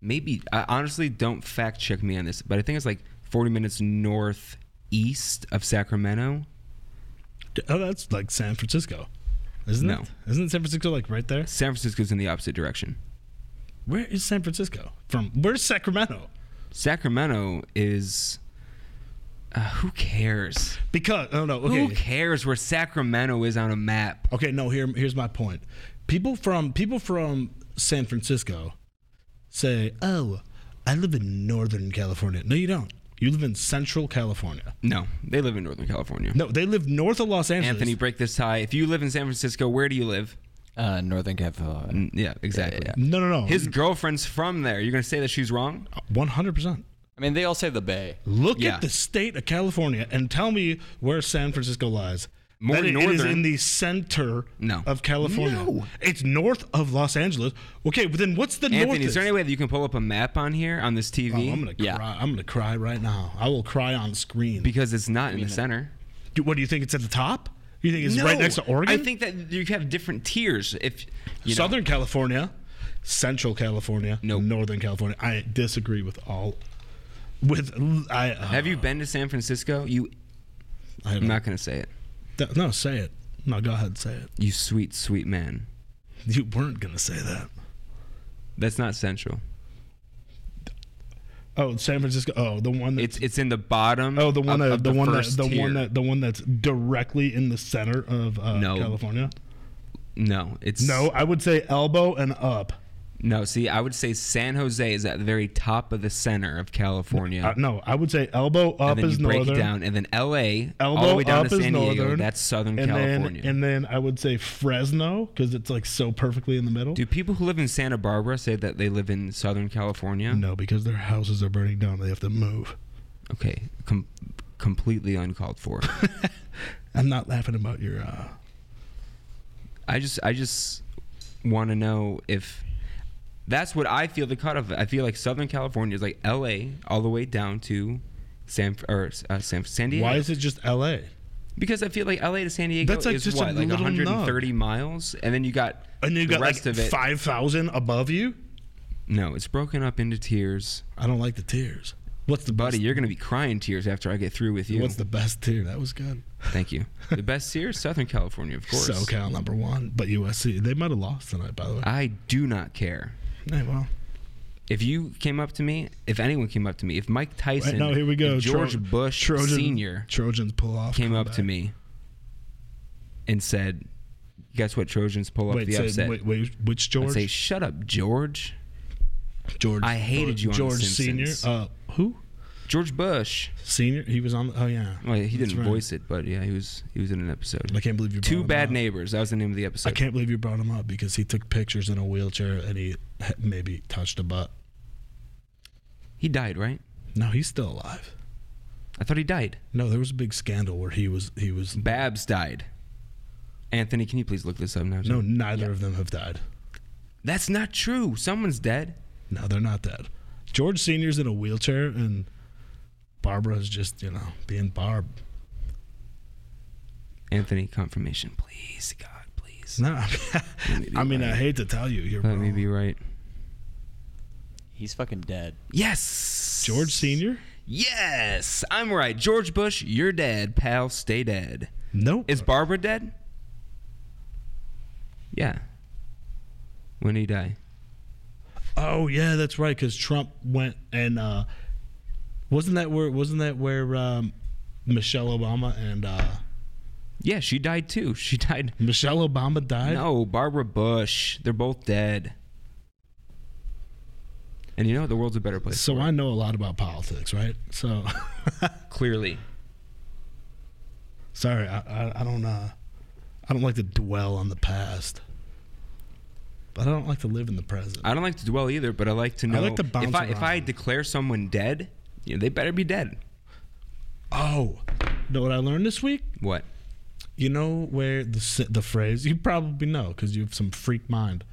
Speaker 1: Maybe I honestly don't fact check me on this, but I think it's like 40 minutes northeast of Sacramento.
Speaker 2: D- Oh, that's like San Francisco, isn't
Speaker 1: No.
Speaker 2: it? Isn't San Francisco like right there?
Speaker 1: San Francisco's in the opposite direction.
Speaker 2: Where is San Francisco from? Where's Sacramento?
Speaker 1: Sacramento is. Uh, who cares?
Speaker 2: Because oh no, okay,
Speaker 1: Who cares where Sacramento is on a map?
Speaker 2: okay, no. Here, here's my point. People from people from San Francisco say, "Oh, I live in Northern California." No, you don't. You live in Central California.
Speaker 1: No, they live in Northern California.
Speaker 2: No, they live north of Los Angeles.
Speaker 1: Anthony, break this tie. If you live in San Francisco, where do you live?
Speaker 3: Uh, Northern California.
Speaker 1: Mm, Yeah, exactly.
Speaker 2: No, no, no.
Speaker 1: His girlfriend's from there. You're gonna say that she's wrong?
Speaker 2: one hundred percent.
Speaker 3: I mean, they all say the Bay.
Speaker 2: Look
Speaker 1: Yeah.
Speaker 2: at the state of California and tell me where San Francisco lies.
Speaker 1: More
Speaker 2: That it- It is
Speaker 1: northern.
Speaker 2: in the center
Speaker 1: No.
Speaker 2: of California.
Speaker 1: No.
Speaker 2: It's north of Los Angeles. Okay, but then what's the north? Oh,
Speaker 1: Anthony, is there any way that you can pull up a map on here on this TV?
Speaker 2: I'm gonna
Speaker 3: Yeah.
Speaker 2: cry. I'm gonna cry right now. I will cry on screen.
Speaker 1: because it's not in the center.
Speaker 2: Do- what do you think? It's at the top? You think it's right next to Oregon?
Speaker 1: I think that you have different tiers. If you know,
Speaker 2: Southern California, Central California,
Speaker 1: Nope.
Speaker 2: Northern California. I disagree with all. With I uh,
Speaker 1: have you been to San Francisco? You,
Speaker 2: I
Speaker 1: I'm
Speaker 2: don't-
Speaker 1: not gonna say it.
Speaker 2: Th- no, say it. No, go ahead, say it.
Speaker 1: You sweet, sweet man.
Speaker 2: You weren't gonna say that.
Speaker 1: That's not central.
Speaker 2: Oh, San Francisco. Oh, the one that.
Speaker 1: It's it's in the bottom.
Speaker 2: oh, the one
Speaker 1: of,
Speaker 2: that.
Speaker 1: of
Speaker 2: the, one that.
Speaker 1: first
Speaker 2: The
Speaker 1: tier.
Speaker 2: one that. The one that's directly in the center of uh,
Speaker 1: No.
Speaker 2: California.
Speaker 1: No, it's
Speaker 2: No, I would say elbow and up.
Speaker 1: no. See, I would say San Jose is at the very top of the center of California.
Speaker 2: Uh, no, I would say elbow up
Speaker 1: and then
Speaker 2: is
Speaker 1: you break
Speaker 2: northern.
Speaker 1: it down, and then L.A. all
Speaker 2: Elbow
Speaker 1: the way down
Speaker 2: up
Speaker 1: to
Speaker 2: is
Speaker 1: San Diego.
Speaker 2: northern.
Speaker 1: That's Southern
Speaker 2: and
Speaker 1: California.
Speaker 2: then and then I would say Fresno because it's like so perfectly in the middle.
Speaker 1: Do people who live in Santa Barbara say that they live in Southern California?
Speaker 2: No, because their houses are burning down. They have to move.
Speaker 1: Okay, com- completely uncalled for.
Speaker 2: I'm not laughing about your. Uh,
Speaker 1: I just, I just want to know if that's what I feel the cutoff. I feel like Southern California is like L.A. all the way down to San or uh, San, San Diego.
Speaker 2: Why is it just L.A.?
Speaker 1: Because I feel like L.A. to San Diego
Speaker 2: That's, like,
Speaker 1: is
Speaker 2: just a
Speaker 1: what like
Speaker 2: little
Speaker 1: 130 miles, and then you got
Speaker 2: And you
Speaker 1: the
Speaker 2: got
Speaker 1: rest
Speaker 2: like
Speaker 1: of it.
Speaker 2: five thousand above you.
Speaker 1: No, it's broken up into tiers,
Speaker 2: I don't like the tears. What's the
Speaker 1: buddy.
Speaker 2: best-
Speaker 1: You're gonna be crying tears after I get through with you.
Speaker 2: What's the best tier? That was good.
Speaker 1: Thank you. The best tier, Southern California, of course.
Speaker 2: SoCal number one, but USC they might have lost tonight. By the way,
Speaker 1: I do not care.
Speaker 2: hey, well,
Speaker 1: If you came up to me, if anyone came up to me, if Mike Tyson,
Speaker 2: no, here we go.
Speaker 1: if George
Speaker 2: Tro-
Speaker 1: Bush Senior
Speaker 2: Trojans pull off.
Speaker 1: came
Speaker 2: come
Speaker 1: up to
Speaker 2: back.
Speaker 1: me and said, "Guess what? Trojans pull up
Speaker 2: Wait,
Speaker 1: the
Speaker 2: say,
Speaker 1: upset."
Speaker 2: wait, wait, which George?
Speaker 1: I'd say, "Shut up, George."
Speaker 2: George.
Speaker 1: I hated you on The
Speaker 2: George Senior.
Speaker 1: Simpsons.
Speaker 2: Uh, who?
Speaker 1: George Bush.
Speaker 2: Senior. He was on. Oh yeah.
Speaker 1: Well, he
Speaker 2: That's
Speaker 1: didn't
Speaker 2: right.
Speaker 1: voice it, but yeah, he was he was in an episode.
Speaker 2: I can't believe you.
Speaker 1: Two
Speaker 2: brought
Speaker 1: bad
Speaker 2: him up.
Speaker 1: neighbors. That was the name of the
Speaker 2: I
Speaker 1: episode.
Speaker 2: can't believe you brought him up because he took pictures in a wheelchair and he ha- maybe touched a butt.
Speaker 1: He died, right?
Speaker 2: No, he's still alive.
Speaker 1: I thought he died.
Speaker 2: No, there was a big scandal where he was. He was.
Speaker 1: Babs died. Anthony, can you please look this up now?
Speaker 2: No, neither of them have died.
Speaker 1: That's not true. Someone's dead.
Speaker 2: No, they're not dead. George Senior's in a wheelchair and Barbara's just you know being Barb.
Speaker 1: Anthony, confirmation, please. God, please.
Speaker 2: No, I mean, I, mean, I hate to tell you, you're
Speaker 1: Let me
Speaker 2: wrong.
Speaker 1: be right.
Speaker 3: He's fucking dead.
Speaker 1: Yes.
Speaker 2: George Senior.
Speaker 1: Yes. I'm right. George Bush, you're dead, pal. Stay dead.
Speaker 2: Nope.
Speaker 1: Is Barbara dead? Yeah. When did he die?
Speaker 2: Oh yeah, that's right. Because Trump went and uh, wasn't that where wasn't that where um, Michelle Obama and uh,
Speaker 1: Yeah, she died too. She died.
Speaker 2: Michelle Obama died?
Speaker 1: No, Barbara Bush. They're both dead. And you know what? the world's a better place.
Speaker 2: So I know a lot about politics, right? So
Speaker 1: Clearly,
Speaker 2: sorry, I, I, I don't uh, I don't like to dwell on the past, but I don't like to live in the present.
Speaker 1: I don't like to dwell either, but I like to know.
Speaker 2: like to bounce
Speaker 1: if I if I
Speaker 2: around.
Speaker 1: declare someone dead, you know, they better be dead.
Speaker 2: oh, you know what I learned this week?
Speaker 1: What?
Speaker 2: You know where the s- the phrase you probably know because you have some freak mind.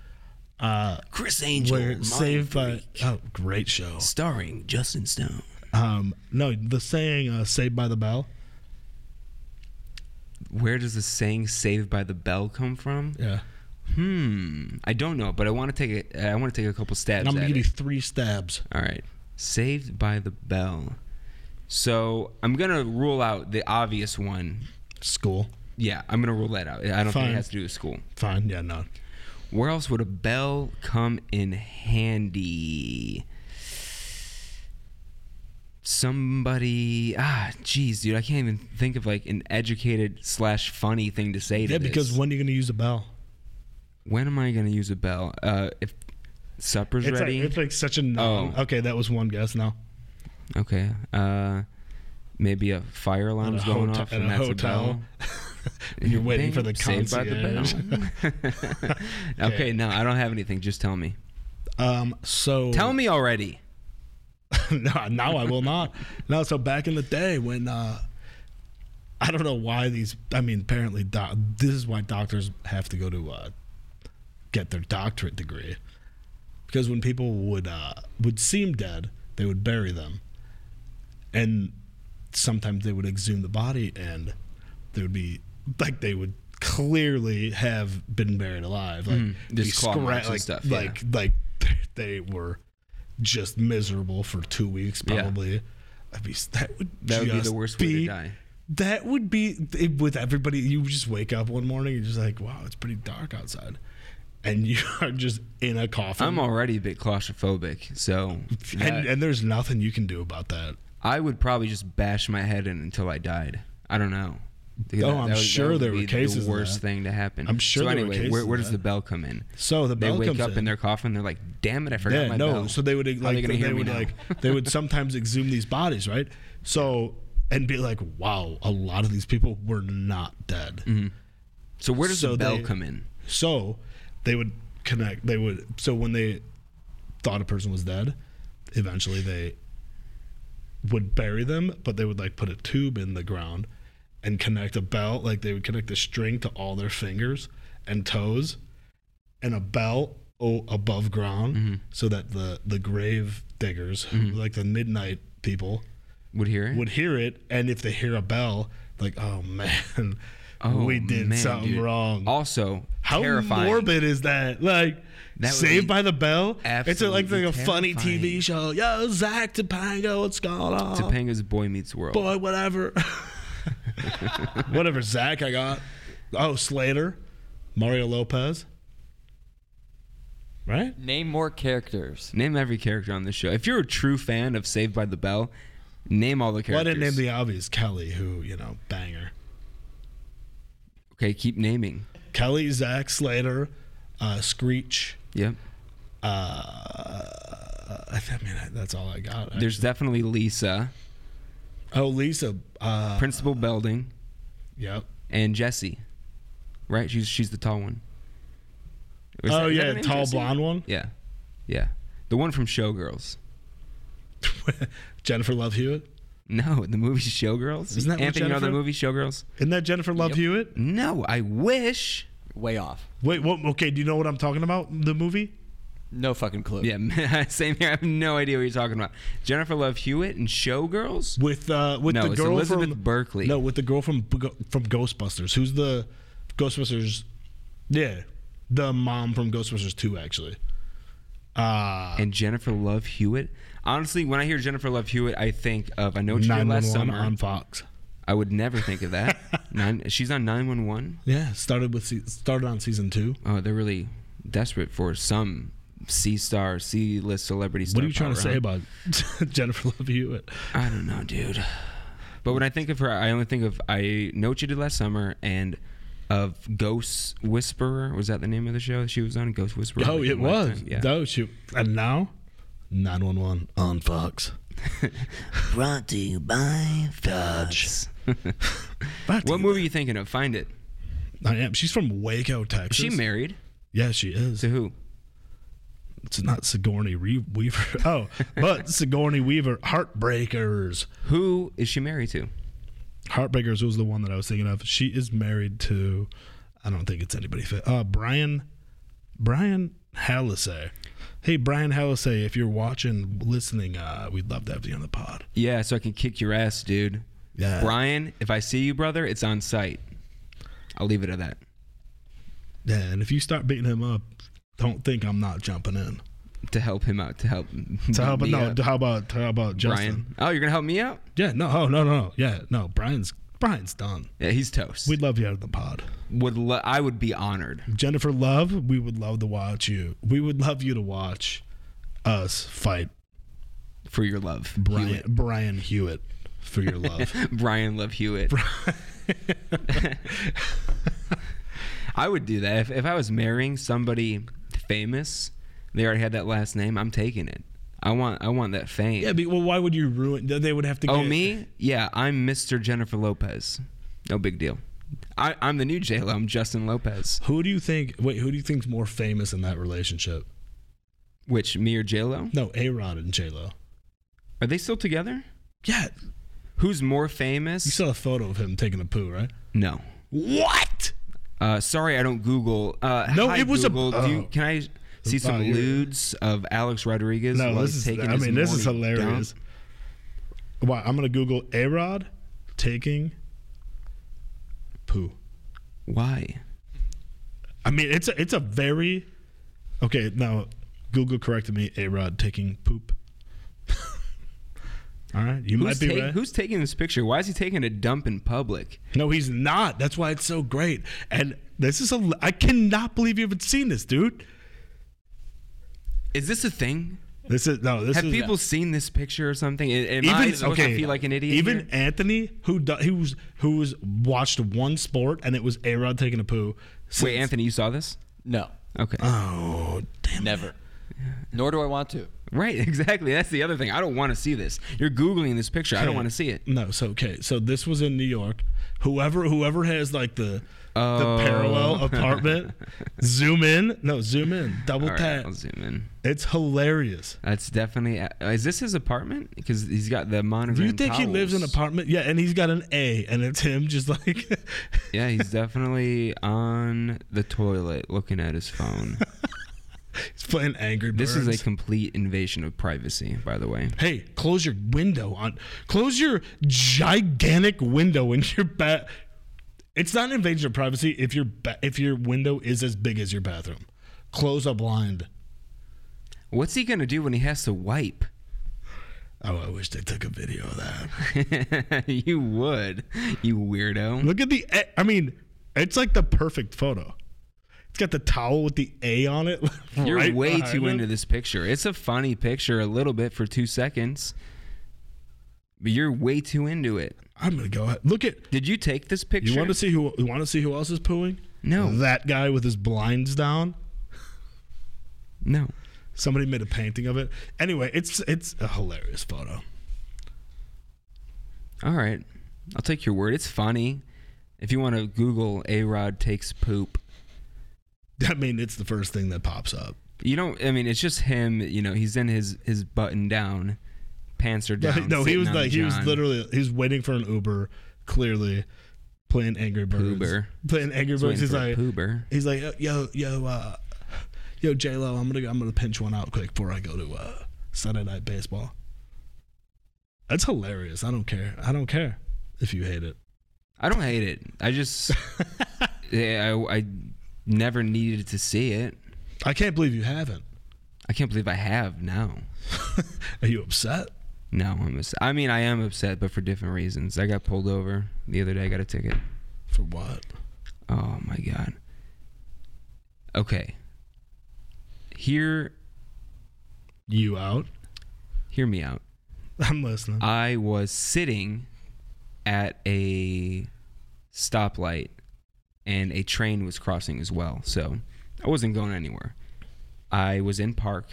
Speaker 2: Uh,
Speaker 1: Chris Angel,
Speaker 2: where
Speaker 1: Mind
Speaker 2: saved by
Speaker 1: Freak,
Speaker 2: oh great show.
Speaker 1: starring Justin Stone.
Speaker 2: Um, no, the saying uh, "Saved by the Bell."
Speaker 1: Where does the saying "Saved by the Bell" come from?
Speaker 2: Yeah,
Speaker 1: Hmm, I don't know, but I want to take a, I want to take a couple stabs.
Speaker 2: and I'm
Speaker 1: at
Speaker 2: gonna give
Speaker 1: it.
Speaker 2: you three stabs.
Speaker 1: All right. Saved by the Bell. So I'm gonna rule out the obvious one.
Speaker 2: School,
Speaker 1: Yeah, I'm gonna rule that out. I don't think
Speaker 2: Fine.
Speaker 1: it has to do with school.
Speaker 2: fine. Yeah, no.
Speaker 1: Where else would a bell come in handy? Somebody, ah, jeez, dude, I can't even think of like an educated slash funny thing to say to
Speaker 2: Yeah,
Speaker 1: this.
Speaker 2: because when are you gonna use a bell?
Speaker 1: when am I gonna use a bell? Uh, if supper's
Speaker 2: It's like,
Speaker 1: ready,
Speaker 2: it's like such a non.
Speaker 1: Oh.
Speaker 2: Okay, that was one guess. No,
Speaker 1: okay. Uh, maybe a fire
Speaker 2: At
Speaker 1: alarm's
Speaker 2: a
Speaker 1: going
Speaker 2: hotel-
Speaker 1: off
Speaker 2: at
Speaker 1: and
Speaker 2: a
Speaker 1: that's a
Speaker 2: hotel.
Speaker 1: bell.
Speaker 2: You're waiting for the
Speaker 1: Saved by
Speaker 2: concierge.
Speaker 1: the bell. okay, no, I don't have anything. Just tell me.
Speaker 2: Um, so
Speaker 1: Tell me already.
Speaker 2: no, now I will not. No, so back in the day when uh, I don't know why these. I mean, apparently, doc, this is why doctors have to go to uh, get their doctorate degree, because when people would uh, would seem dead, they would bury them, and sometimes they would exhume the body, and there would be like they would clearly have been buried alive, like
Speaker 1: there's
Speaker 2: be
Speaker 1: Mm, claw marks and
Speaker 2: like,
Speaker 1: stuff, yeah.
Speaker 2: like like they were just miserable for two weeks
Speaker 1: Yeah.
Speaker 2: probably. I'd be that would
Speaker 1: That would be
Speaker 2: just
Speaker 1: the worst way to
Speaker 2: be-
Speaker 1: die.
Speaker 2: That would be it, with everybody. You would just wake up one morning and you're just like, wow, it's pretty dark outside, and you are just in a coffin.
Speaker 1: I'm already a bit claustrophobic, so that-
Speaker 2: and, and there's nothing you can do about that.
Speaker 1: I would probably just bash my head in until I died. I don't know. Dude,
Speaker 2: Oh, I'm sure there were
Speaker 1: be
Speaker 2: cases of
Speaker 1: The worst
Speaker 2: that.
Speaker 1: thing to happen.
Speaker 2: I'm sure
Speaker 1: So
Speaker 2: there were
Speaker 1: anyway,
Speaker 2: cases
Speaker 1: where,
Speaker 2: of
Speaker 1: where does
Speaker 2: that.
Speaker 1: the bell come in?
Speaker 2: So the
Speaker 1: They
Speaker 2: bell
Speaker 1: wake
Speaker 2: comes
Speaker 1: up in.
Speaker 2: in
Speaker 1: their coffin. They're like, "Damn it, I forgot
Speaker 2: Yeah,
Speaker 1: my
Speaker 2: no.
Speaker 1: bell."
Speaker 2: So they would
Speaker 1: How
Speaker 2: like
Speaker 1: they gonna
Speaker 2: they,
Speaker 1: hear me
Speaker 2: would
Speaker 1: now?
Speaker 2: like they would sometimes exhume these bodies, right? So and be like, wow, a lot of these people were not dead.
Speaker 1: So where does
Speaker 2: so
Speaker 1: the bell
Speaker 2: they-
Speaker 1: come in?
Speaker 2: So they would connect. They would. So when they thought a person was dead, eventually they would bury them, but they would like put a tube in the ground and connect a bell. Like they would connect a string to all their fingers and toes, and a bell o- above ground,
Speaker 1: Mm-hmm.
Speaker 2: so that the the grave diggers, who like the midnight people,
Speaker 1: Would hear it?
Speaker 2: would hear it. And if they hear a bell, like oh man.
Speaker 1: Oh,
Speaker 2: we did
Speaker 1: man,
Speaker 2: something
Speaker 1: dude.
Speaker 2: wrong.
Speaker 1: Also,
Speaker 2: How
Speaker 1: terrifying.
Speaker 2: morbid is that? Like
Speaker 1: That would be
Speaker 2: Saved by the Bell. It's a, like,
Speaker 1: absolutely
Speaker 2: like a funny TV
Speaker 1: terrifying.
Speaker 2: show. Yo, Zach Topanga, what's going on?
Speaker 1: Topanga's Boy Meets World.
Speaker 2: Boy, whatever. whatever Zach I got. Oh, Slater, Mario Lopez. Right?
Speaker 3: Name more characters.
Speaker 1: Name every character on this show. If you're a true fan of Saved by the Bell, name all the
Speaker 2: Well, I
Speaker 1: characters.
Speaker 2: didn't name the obvious Kelly, who you know, banger.
Speaker 1: Okay, keep naming.
Speaker 2: Kelly, Zach, Slater, uh, Screech.
Speaker 1: Yep.
Speaker 2: Uh, I th- I mean, that's all I got.
Speaker 1: There's definitely Lisa,
Speaker 2: oh, Lisa. Uh,
Speaker 1: Principal Belding,
Speaker 2: yep.
Speaker 1: and Jesse. Right? She's she's the tall one. Is
Speaker 2: Oh
Speaker 1: that- is that her
Speaker 2: yeah,
Speaker 1: name,
Speaker 2: tall
Speaker 1: Jessie?
Speaker 2: blonde one.
Speaker 1: Yeah. Yeah. The one from Showgirls.
Speaker 2: Jennifer Love Hewitt.
Speaker 1: No, the movie Showgirls.
Speaker 2: Isn't that with
Speaker 1: Anthony, you know the
Speaker 2: Jennifer-
Speaker 1: movie Showgirls?
Speaker 2: Isn't that Jennifer Love Hewitt?
Speaker 1: No, I wish.
Speaker 3: Way off.
Speaker 2: Wait, what? Okay, do you know what I'm talking about? The movie?
Speaker 3: No fucking clue.
Speaker 1: Yeah, same here. I have no idea what you're talking about. Jennifer Love Hewitt and Showgirls?
Speaker 2: With uh, with
Speaker 1: No,
Speaker 2: the
Speaker 1: it's
Speaker 2: girl
Speaker 1: Elizabeth
Speaker 2: from
Speaker 1: Berkley.
Speaker 2: No, with the girl from from Ghostbusters. Who's the Ghostbusters? Yeah, the mom from Ghostbusters Two, actually. Uh
Speaker 1: and Jennifer Love Hewitt. Honestly, when I hear Jennifer Love Hewitt, I think of I know what you did
Speaker 2: nine one
Speaker 1: last
Speaker 2: one
Speaker 1: summer.
Speaker 2: on Fox.
Speaker 1: I would never think of that. Nine, she's on nine one one. Uh,
Speaker 2: Yeah, started with se- started on season two.
Speaker 1: Oh, they're really desperate for some C star, C list celebrity star.
Speaker 2: What are you trying to
Speaker 1: power
Speaker 2: say
Speaker 1: up.
Speaker 2: about Jennifer Love Hewitt?
Speaker 1: I don't know, dude. But when I think of her, I only think of I know what you did last summer and of Ghost Whisperer. Was that the name of the show she was on? Ghost Whisperer.
Speaker 2: Oh,
Speaker 1: like,
Speaker 2: it
Speaker 1: on Lifetime?
Speaker 2: was.
Speaker 1: Yeah.
Speaker 2: Oh, shoot. And now, 911 on Fox.
Speaker 4: Brought to you by Fudge.
Speaker 1: What movie are you thinking of? Find it.
Speaker 2: I am. She's from Waco, Texas.
Speaker 1: Is she married
Speaker 2: Yeah, she is.
Speaker 1: to who?
Speaker 2: It's not Sigourney Re- Weaver. Oh, but Sigourney Weaver. Heartbreakers.
Speaker 1: Who is she married to?
Speaker 2: Heartbreakers was the one that I was thinking of. She is married to, I don't think it's anybody. Fit, uh, Brian, Brian Hallisay. Hey, Brian Hallisay, if you're watching, listening, uh, we'd love to have you on the pod.
Speaker 1: Yeah, so I can kick your ass, dude.
Speaker 2: Yeah.
Speaker 1: Brian, if I see you, brother, it's on site. I'll leave it at that.
Speaker 2: Yeah, and if you start beating him up, don't think I'm not jumping in.
Speaker 1: To help him out, to help.
Speaker 2: So how about
Speaker 1: me
Speaker 2: no?
Speaker 1: up.
Speaker 2: How about how about Justin?
Speaker 1: Brian. Oh, you're gonna help me out?
Speaker 2: Yeah, no, oh no, no, no, yeah, no. Brian's Brian's done.
Speaker 1: Yeah, he's toast.
Speaker 2: We'd love you out of the pod.
Speaker 1: would lo- I would be honored.
Speaker 2: Jennifer Love, we would love to watch you. We would love you to watch us fight
Speaker 1: for your love,
Speaker 2: Brian
Speaker 1: Hewitt.
Speaker 2: Brian Hewitt for your love.
Speaker 1: Brian Love Hewitt. I would do that if, if I was marrying somebody famous. They already had that last name. I'm taking it. I want I want that fame.
Speaker 2: yeah, but, well, why would you ruin? They would have to.
Speaker 1: oh
Speaker 2: get-
Speaker 1: me? Yeah, I'm Mr. Jennifer Lopez. No big deal. I, I'm the new J Lo. I'm Justin Lopez.
Speaker 2: Who do you think? Wait, who do you think's more famous in that relationship?
Speaker 1: Which me or J Lo?
Speaker 2: No, A Rod and J Lo.
Speaker 1: Are they still together?
Speaker 2: Yeah,
Speaker 1: Who's more
Speaker 2: you
Speaker 1: famous?
Speaker 2: saw a photo of him taking a poo, right?
Speaker 1: no.
Speaker 2: What?
Speaker 1: Uh, sorry, I don't Google. Uh,
Speaker 2: No,
Speaker 1: hi,
Speaker 2: it was a-
Speaker 1: Google. Do you,
Speaker 2: oh.
Speaker 1: can I see some
Speaker 2: Oh, you're-
Speaker 1: lewds of Alex Rodriguez?
Speaker 2: No,
Speaker 1: while
Speaker 2: this
Speaker 1: he's
Speaker 2: is.
Speaker 1: taking
Speaker 2: I
Speaker 1: his
Speaker 2: mean, this is
Speaker 1: morning dump?
Speaker 2: hilarious. Wow, I'm gonna Google A Rod taking poo.
Speaker 1: Why?
Speaker 2: I mean, it's a, it's a very okay. Now, Google corrected me. A Rod taking poop. All right, you
Speaker 1: Who's,
Speaker 2: might be
Speaker 1: ta-
Speaker 2: right.
Speaker 1: who's taking this picture? Why is he taking a dump in public?
Speaker 2: No, he's not. That's why it's so great. And this is a. I cannot believe you haven't seen this, dude.
Speaker 1: Is this a thing?
Speaker 2: This is no. This
Speaker 1: Have
Speaker 2: is
Speaker 1: people seen this picture or something? A- Am I
Speaker 2: even
Speaker 1: supposed
Speaker 2: okay.
Speaker 1: to feel like an idiot?
Speaker 2: Even
Speaker 1: here?
Speaker 2: Anthony, who do, who was who was watched one sport, and it was A Rod taking a poo. since-
Speaker 1: wait, Anthony, you saw this?
Speaker 3: No,
Speaker 1: Okay,
Speaker 2: Oh damn! it.
Speaker 3: never. Nor do I want to.
Speaker 1: right, exactly. That's the other thing. I don't want to see this. You're googling this picture. I don't
Speaker 2: Okay.
Speaker 1: want to see it.
Speaker 2: No, so okay, so this was in New York. Whoever whoever has like the
Speaker 1: Oh.
Speaker 2: the parallel apartment, zoom in. No, zoom in. Double
Speaker 1: All right,
Speaker 2: tap.
Speaker 1: I'll zoom in.
Speaker 2: It's hilarious.
Speaker 1: That's definitely. uh, Is this his apartment? Because he's got the monogram.
Speaker 2: Do you think he lives in an
Speaker 1: towels.
Speaker 2: apartment? Yeah, and he's got an A, and it's him just like.
Speaker 1: Yeah, he's definitely on the toilet looking at his phone.
Speaker 2: he's playing Angry Birds.
Speaker 1: This is a complete invasion of privacy, by the way.
Speaker 2: Hey, close your window on. Close your gigantic window in your bath. It's not an invasion of privacy if your ba- if your window is as big as your bathroom. Close a blind.
Speaker 1: What's he gonna do when he has to wipe?
Speaker 2: Oh, I wish they took a video of that.
Speaker 1: you would, you weirdo.
Speaker 2: Look at the. A- I mean, it's like the perfect photo. It's got the towel with the A on it.
Speaker 1: You're
Speaker 2: right
Speaker 1: way
Speaker 2: behind
Speaker 1: too
Speaker 2: him.
Speaker 1: into this picture. It's a funny picture, a little bit for two seconds, but you're way too into it.
Speaker 2: I'm gonna go ahead. Look at.
Speaker 1: Did you take this picture?
Speaker 2: You want to see who? You want to see who else is pooing?
Speaker 1: No.
Speaker 2: That guy with his blinds down.
Speaker 1: no.
Speaker 2: Somebody made a painting of it. Anyway, it's it's a hilarious photo.
Speaker 1: All right, I'll take your word. It's funny. If you want to Google A Rod takes poop,
Speaker 2: I mean, it's the first thing that pops up.
Speaker 1: You don't. I mean, it's just him. You know, he's in his his button down, pants are down.
Speaker 2: no, he
Speaker 1: sitting
Speaker 2: was
Speaker 1: on
Speaker 2: like he was
Speaker 1: John.
Speaker 2: literally he was waiting for an Uber, clearly playing Angry Birds.
Speaker 1: Uber.
Speaker 2: Playing Angry
Speaker 1: He's
Speaker 2: Birds.
Speaker 1: waiting
Speaker 2: He's
Speaker 1: for a
Speaker 2: like
Speaker 1: poober.
Speaker 2: he's like yo yo uh, yo J Lo, I'm gonna I'm gonna pinch one out quick before I go to uh, Sunday night baseball. That's hilarious. I don't care. I don't care if you hate it.
Speaker 1: I don't hate it. I just, yeah, I, I never needed to see it.
Speaker 2: I can't believe you haven't.
Speaker 1: I can't believe I have now.
Speaker 2: Are you upset?
Speaker 1: No, I'm. Upset. I mean, I am upset, but for different reasons. I got pulled over the other day. I got a ticket.
Speaker 2: For what?
Speaker 1: Oh my god. Okay. Here
Speaker 2: You out?
Speaker 1: Hear me out.
Speaker 2: I'm listening.
Speaker 1: I was sitting at a stoplight and a train was crossing as well. So I wasn't going anywhere. I was in park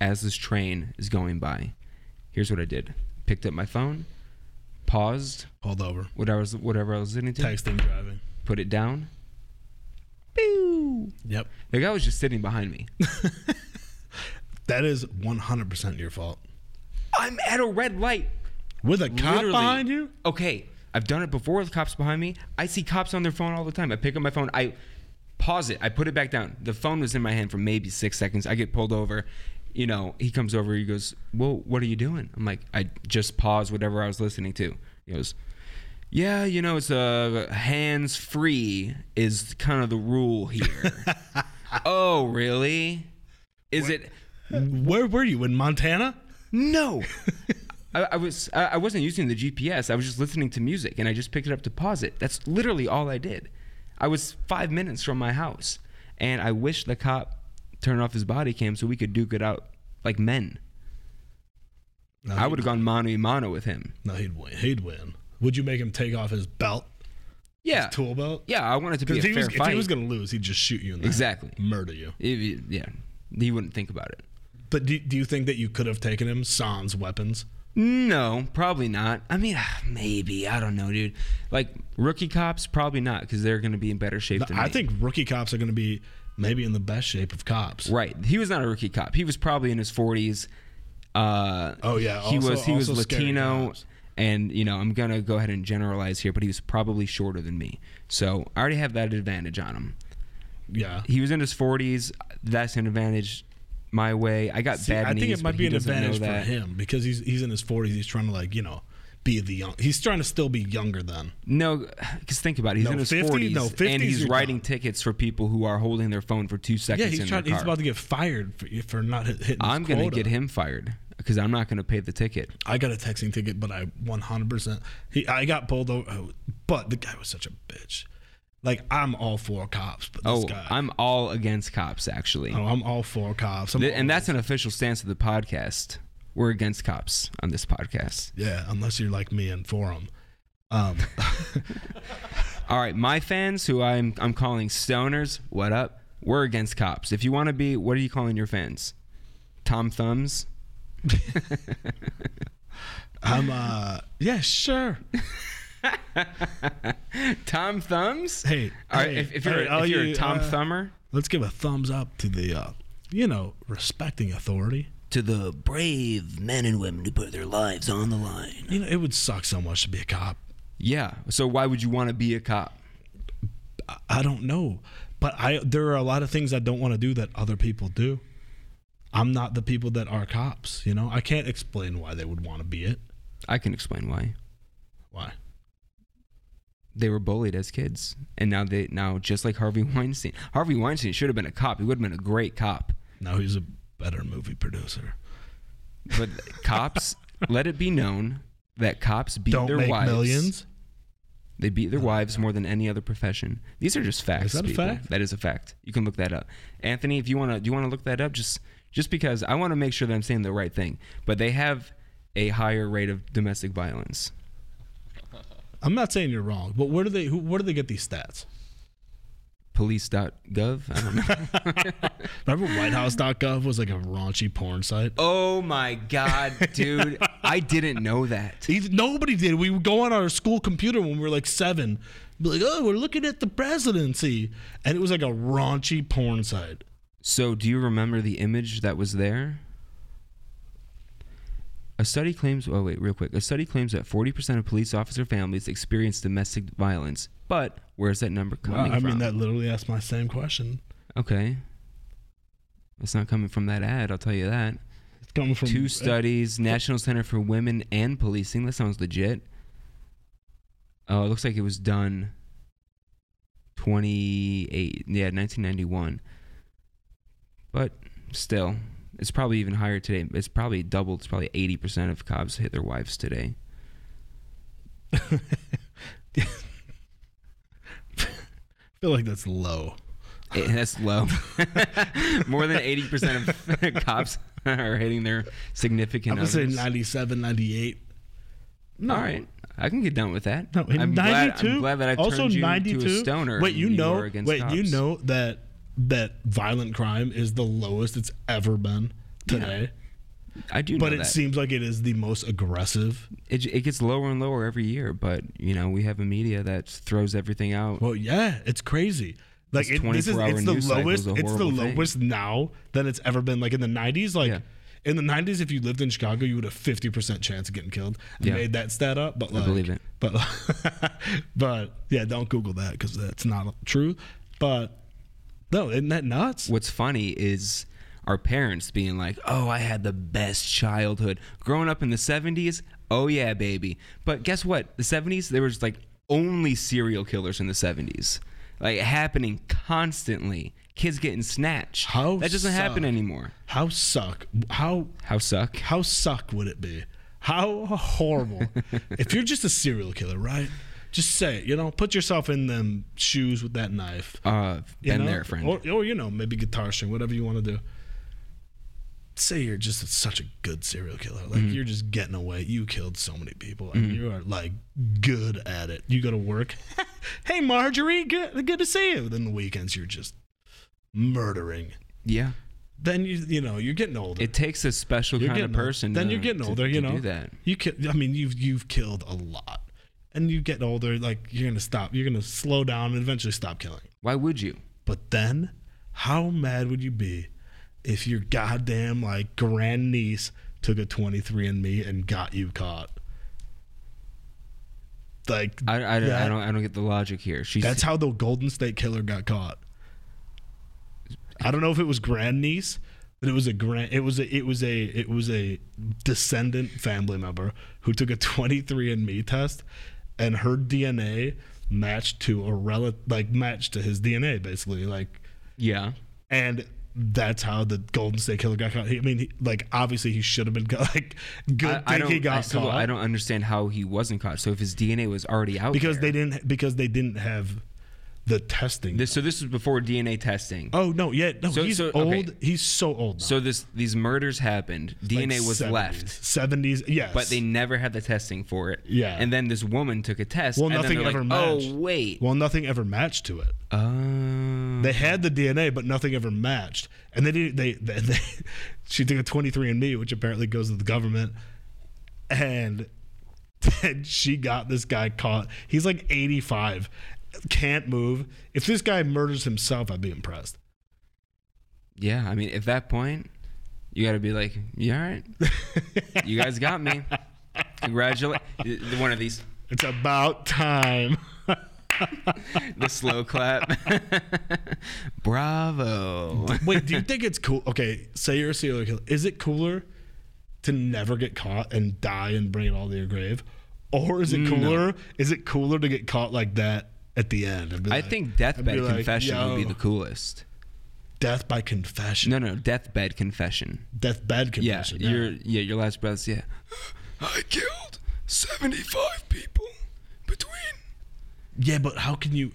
Speaker 1: as this train is going by. Here's what I did. Picked up my phone, paused
Speaker 2: Hold over.
Speaker 1: whatever I was whatever I was listening to,
Speaker 2: Texting, driving.
Speaker 1: put it down. Pew.
Speaker 2: Yep.
Speaker 1: The guy was just sitting behind me.
Speaker 2: That is 100% your fault.
Speaker 1: I'm at a red light.
Speaker 2: With a cop
Speaker 1: Literally.
Speaker 2: behind you?
Speaker 1: Okay, I've done it before with cops behind me. I see cops on their phone all the time. I pick up my phone, I pause it, I put it back down. The phone was in my hand for maybe six seconds. I get pulled over. You know, he comes over, he goes, Well, what are you doing? I'm like, I just paused whatever I was listening to. He goes, Yeah, you know, it's uh, hands free is kind of the rule here. oh, really? Is it?
Speaker 2: Where were you? In Montana?
Speaker 1: No. I, I was I I wasn't using the GPS. I was just listening to music, and I just picked it up to pause it. That's literally all I did. I was five minutes from my house, and I wish the cop turned off his body cam so we could duke it out like men.
Speaker 2: No,
Speaker 1: I
Speaker 2: he'd-
Speaker 1: would have gone mano a mano with him.
Speaker 2: No, he'd win. He'd win. Would you make him take off his belt?
Speaker 1: Yeah,
Speaker 2: His tool belt?
Speaker 1: yeah. I wanted to be a
Speaker 2: Because if, he
Speaker 1: fair
Speaker 2: was- if
Speaker 1: fight.
Speaker 2: he was going to lose, he'd just shoot you in the head.
Speaker 1: Exactly.
Speaker 2: Murder you.
Speaker 1: If- yeah, he wouldn't think about it.
Speaker 2: But do, do you think that you could have taken him sans weapons?
Speaker 1: No, probably not. I mean, maybe I don't know, dude. Like rookie cops, probably not, because they're going to be in better shape than
Speaker 2: I
Speaker 1: me.
Speaker 2: think rookie cops are going to be maybe in the best shape of cops.
Speaker 1: Right. He was not a rookie cop. He was probably in his 40s. Uh,
Speaker 2: Oh, yeah.
Speaker 1: he
Speaker 2: Also-
Speaker 1: was he was
Speaker 2: also scary
Speaker 1: Latino,
Speaker 2: cops.
Speaker 1: and you know I'm gonna go ahead and generalize here, but he was probably shorter than me, so I already have that advantage on him.
Speaker 2: Yeah.
Speaker 1: He was in his 40s. That's an advantage my way. I got
Speaker 2: See,
Speaker 1: bad
Speaker 2: I
Speaker 1: knees.
Speaker 2: think it
Speaker 1: but
Speaker 2: might be
Speaker 1: he
Speaker 2: an
Speaker 1: doesn't know
Speaker 2: advantage for
Speaker 1: that.
Speaker 2: him because he's he's in his 40s. He's trying to like you know be the young. He's trying to still be younger then.
Speaker 1: No, because think about it. He's
Speaker 2: No,
Speaker 1: in his
Speaker 2: 50
Speaker 1: 40s,
Speaker 2: no, 50s
Speaker 1: and he's
Speaker 2: you're
Speaker 1: writing
Speaker 2: done.
Speaker 1: tickets for people who are holding their phone for two seconds.
Speaker 2: Yeah, he's
Speaker 1: in
Speaker 2: trying.
Speaker 1: Their
Speaker 2: He's
Speaker 1: car.
Speaker 2: about to get fired for, for not hit- hitting. His
Speaker 1: I'm gonna
Speaker 2: quota.
Speaker 1: get him fired because I'm not gonna pay the ticket.
Speaker 2: I got a texting ticket, but I 100%. He, I got pulled over, but the guy was such a bitch. Like I'm all for cops, but
Speaker 1: Oh,
Speaker 2: this guy.
Speaker 1: I'm all against cops actually.
Speaker 2: oh, I'm all for cops. I'm
Speaker 1: Th- and
Speaker 2: all-
Speaker 1: that's an official stance of the podcast. We're against cops on this podcast.
Speaker 2: yeah, unless you're like me and for 'em. Um,
Speaker 1: All right, my fans, who I'm I'm calling stoners, what up? We're against cops. If you want to be, what are you calling your fans? Tom Thumbs.
Speaker 2: I'm uh, yeah, sure.
Speaker 1: Tom Thumbs.
Speaker 2: Hey,
Speaker 1: All right,
Speaker 2: hey,
Speaker 1: if, if you're,
Speaker 2: hey, all
Speaker 1: if you're a
Speaker 2: you,
Speaker 1: Tom
Speaker 2: uh,
Speaker 1: Thumber
Speaker 2: Let's give a thumbs up to the, uh, you know, respecting authority.
Speaker 4: To the brave men and women who put their lives on the line.
Speaker 2: You know, it would suck so much to be a cop.
Speaker 1: yeah. So why would you want to be a cop?
Speaker 2: I, I don't know, but I there are a lot of things I don't want to do that other people do. I'm not the people that are cops. You know, I can't explain why they would want to be it.
Speaker 1: I can explain why.
Speaker 2: Why?
Speaker 1: They were bullied as kids, and now they now just like Harvey Weinstein. Harvey Weinstein should have been a cop. He would have been a great cop.
Speaker 2: Now he's a better movie producer.
Speaker 1: But cops, let it be known that cops beat
Speaker 2: don't
Speaker 1: their
Speaker 2: make
Speaker 1: wives.
Speaker 2: millions. Oh,
Speaker 1: They beat their wives more than any other profession. These are just facts.
Speaker 2: that a
Speaker 1: people.
Speaker 2: fact?
Speaker 1: That is a fact. You can look that up. Anthony, if you wanna do you wanna look that up? Just just because I wanna make sure that I'm saying the right thing. But they have a higher rate of domestic violence.
Speaker 2: I'm not saying you're wrong, but where do they who, where do they get these stats?
Speaker 1: Police.gov? I don't know.
Speaker 2: Remember WhiteHouse.gov was like a raunchy porn site.
Speaker 1: oh my god, dude. I didn't know that.
Speaker 2: He's, nobody did. We would go on our school computer when we were like seven, be like, "Oh, we're looking at the presidency," and it was like a raunchy porn site.
Speaker 1: So, do you remember the image that was there? A study claims, oh, wait, real quick. A study claims that 40% of police officer families experience domestic violence. But where's that number coming
Speaker 2: I
Speaker 1: from?
Speaker 2: mean, that literally asked my same question.
Speaker 1: okay. It's not coming from that ad, I'll tell you that.
Speaker 2: It's coming from
Speaker 1: Two studies, National Center for Women and Policing. That sounds legit. Oh, it looks like it was done 28, yeah, 1991. But still, it's probably even higher today. It's probably doubled. It's probably 80% of cops hit their wives today.
Speaker 2: I feel like that's low.
Speaker 1: Eh, that's low. More than 80% of cops or hitting their significant
Speaker 2: I'm gonna say
Speaker 1: others.
Speaker 2: 97, 98. No.
Speaker 1: All right, I can get down with that.
Speaker 2: No, in
Speaker 1: I'm glad,
Speaker 2: 92.
Speaker 1: I'm glad that I
Speaker 2: also
Speaker 1: turned you
Speaker 2: 92,
Speaker 1: into a stoner.
Speaker 2: Wait,
Speaker 1: and
Speaker 2: you know,
Speaker 1: were against
Speaker 2: wait, you
Speaker 1: cops.
Speaker 2: know that that violent crime is the lowest it's ever been today.
Speaker 1: I do,
Speaker 2: But
Speaker 1: know
Speaker 2: it
Speaker 1: that.
Speaker 2: seems like it is the most aggressive.
Speaker 1: it, j- it gets lower and lower every year, but you know we have a media that throws everything out.
Speaker 2: Well, yeah, it's crazy. Like
Speaker 1: This
Speaker 2: it, this is
Speaker 1: 24 hour
Speaker 2: it's the
Speaker 1: news cycle is
Speaker 2: lowest.
Speaker 1: a
Speaker 2: It's the
Speaker 1: horrible thing.
Speaker 2: lowest now than it's ever been. Like in the '90s, like
Speaker 1: Yeah.
Speaker 2: in the '90s, if you lived in Chicago, you would have 50 percent chance of getting killed. I
Speaker 1: Yeah.
Speaker 2: made that stat up, but like,
Speaker 1: believe it.
Speaker 2: But but yeah, don't Google that because that's not true. But no, isn't that nuts?
Speaker 1: What's funny is our parents being like, "Oh, I had the best childhood growing up in the '70s. Oh yeah, baby." But guess what? The '70s there was like only serial killers in the '70s, like happening constantly. Kids getting snatched.
Speaker 2: How
Speaker 1: that doesn't happen
Speaker 2: suck.
Speaker 1: anymore.
Speaker 2: How suck? How
Speaker 1: How suck?
Speaker 2: how suck would it be? How horrible. if you're just a serial killer, right? Just say it, you know, put yourself in them shoes with that knife.
Speaker 1: Uh,
Speaker 2: you
Speaker 1: been
Speaker 2: know? Oh.
Speaker 1: there, friend.
Speaker 2: Or, or, you know, maybe guitar string, whatever you want to do. Say you're just such a good serial killer. Like,
Speaker 1: Mm-hmm.
Speaker 2: you're just getting away. You killed so many people, and you are, like, good at it. You go to work. hey, Marjorie, good, good to see you. Then the weekends, you're just murdering.
Speaker 1: yeah,
Speaker 2: Then, you, you know, you're getting older.
Speaker 1: it takes a special
Speaker 2: You're
Speaker 1: kind of
Speaker 2: getting old.
Speaker 1: person.
Speaker 2: Then
Speaker 1: to-
Speaker 2: you're getting
Speaker 1: to-
Speaker 2: older,
Speaker 1: to
Speaker 2: you know.
Speaker 1: Do that.
Speaker 2: You can, I mean, you've you've killed a lot, and you get older. Like you're gonna stop. You're gonna slow down and eventually stop killing.
Speaker 1: Why would you?
Speaker 2: But then, how mad would you be if your goddamn like grandniece took a 23andMe and got you caught? Like
Speaker 1: I, I, I
Speaker 2: that-
Speaker 1: don't I don't get the logic here. She's
Speaker 2: That's how the Golden State Killer got caught. I don't know if it was grandniece, but it was a grand. It was a. It was a. It was a descendant family member who took a 23andMe test, and her DNA matched to a rel like matched to his DNA basically like,
Speaker 1: yeah.
Speaker 2: and that's how the Golden State Killer got caught. He, I mean, he, like obviously he should have been caught. Like good
Speaker 1: I, I
Speaker 2: thing
Speaker 1: don't.
Speaker 2: he got
Speaker 1: I, still,
Speaker 2: caught
Speaker 1: I don't understand how he wasn't caught. So if his DNA was already out
Speaker 2: because
Speaker 1: there,
Speaker 2: they didn't because they didn't have the testing.
Speaker 1: This, so this was before DNA testing.
Speaker 2: Oh no, yeah, no,
Speaker 1: So-
Speaker 2: he's
Speaker 1: so-
Speaker 2: old.
Speaker 1: okay.
Speaker 2: He's so old. Now.
Speaker 1: So this these murders happened. DNA was left,
Speaker 2: Seventies, yes.
Speaker 1: but they never had the testing for it.
Speaker 2: Yeah.
Speaker 1: And then this woman took a test.
Speaker 2: well,
Speaker 1: and
Speaker 2: nothing
Speaker 1: then they're
Speaker 2: ever
Speaker 1: like,
Speaker 2: matched.
Speaker 1: Oh wait.
Speaker 2: well, nothing ever matched to it.
Speaker 1: Oh.
Speaker 2: They had the DNA, but nothing ever matched. And they did. They, they, they she took a twenty three and Me, which apparently goes to the government, and then she got this guy caught. He's like eighty five, can't move. If this guy murders himself, I'd be impressed.
Speaker 1: yeah. I mean, at that point, you got to be like, yeah, all right. you guys got me. Congratulate. One of these,
Speaker 2: It's about time.
Speaker 1: the slow clap. Bravo.
Speaker 2: Wait, do you think it's cool? Okay, say you're a serial killer. Is it cooler to never get caught and die and bring it all to your grave, or is
Speaker 1: Mm,
Speaker 2: it cooler? Is it cooler to get caught like that at the end? and be
Speaker 1: I
Speaker 2: like-
Speaker 1: think
Speaker 2: and be
Speaker 1: deathbed
Speaker 2: like,
Speaker 1: confession would be
Speaker 2: "Yo,
Speaker 1: the coolest.
Speaker 2: death by confession,
Speaker 1: No, no, deathbed confession.
Speaker 2: death bed
Speaker 1: Yeah,
Speaker 2: confession. yeah.
Speaker 1: your yeah your last breaths. Yeah, I killed seventy five people between.
Speaker 2: Yeah, but how can you?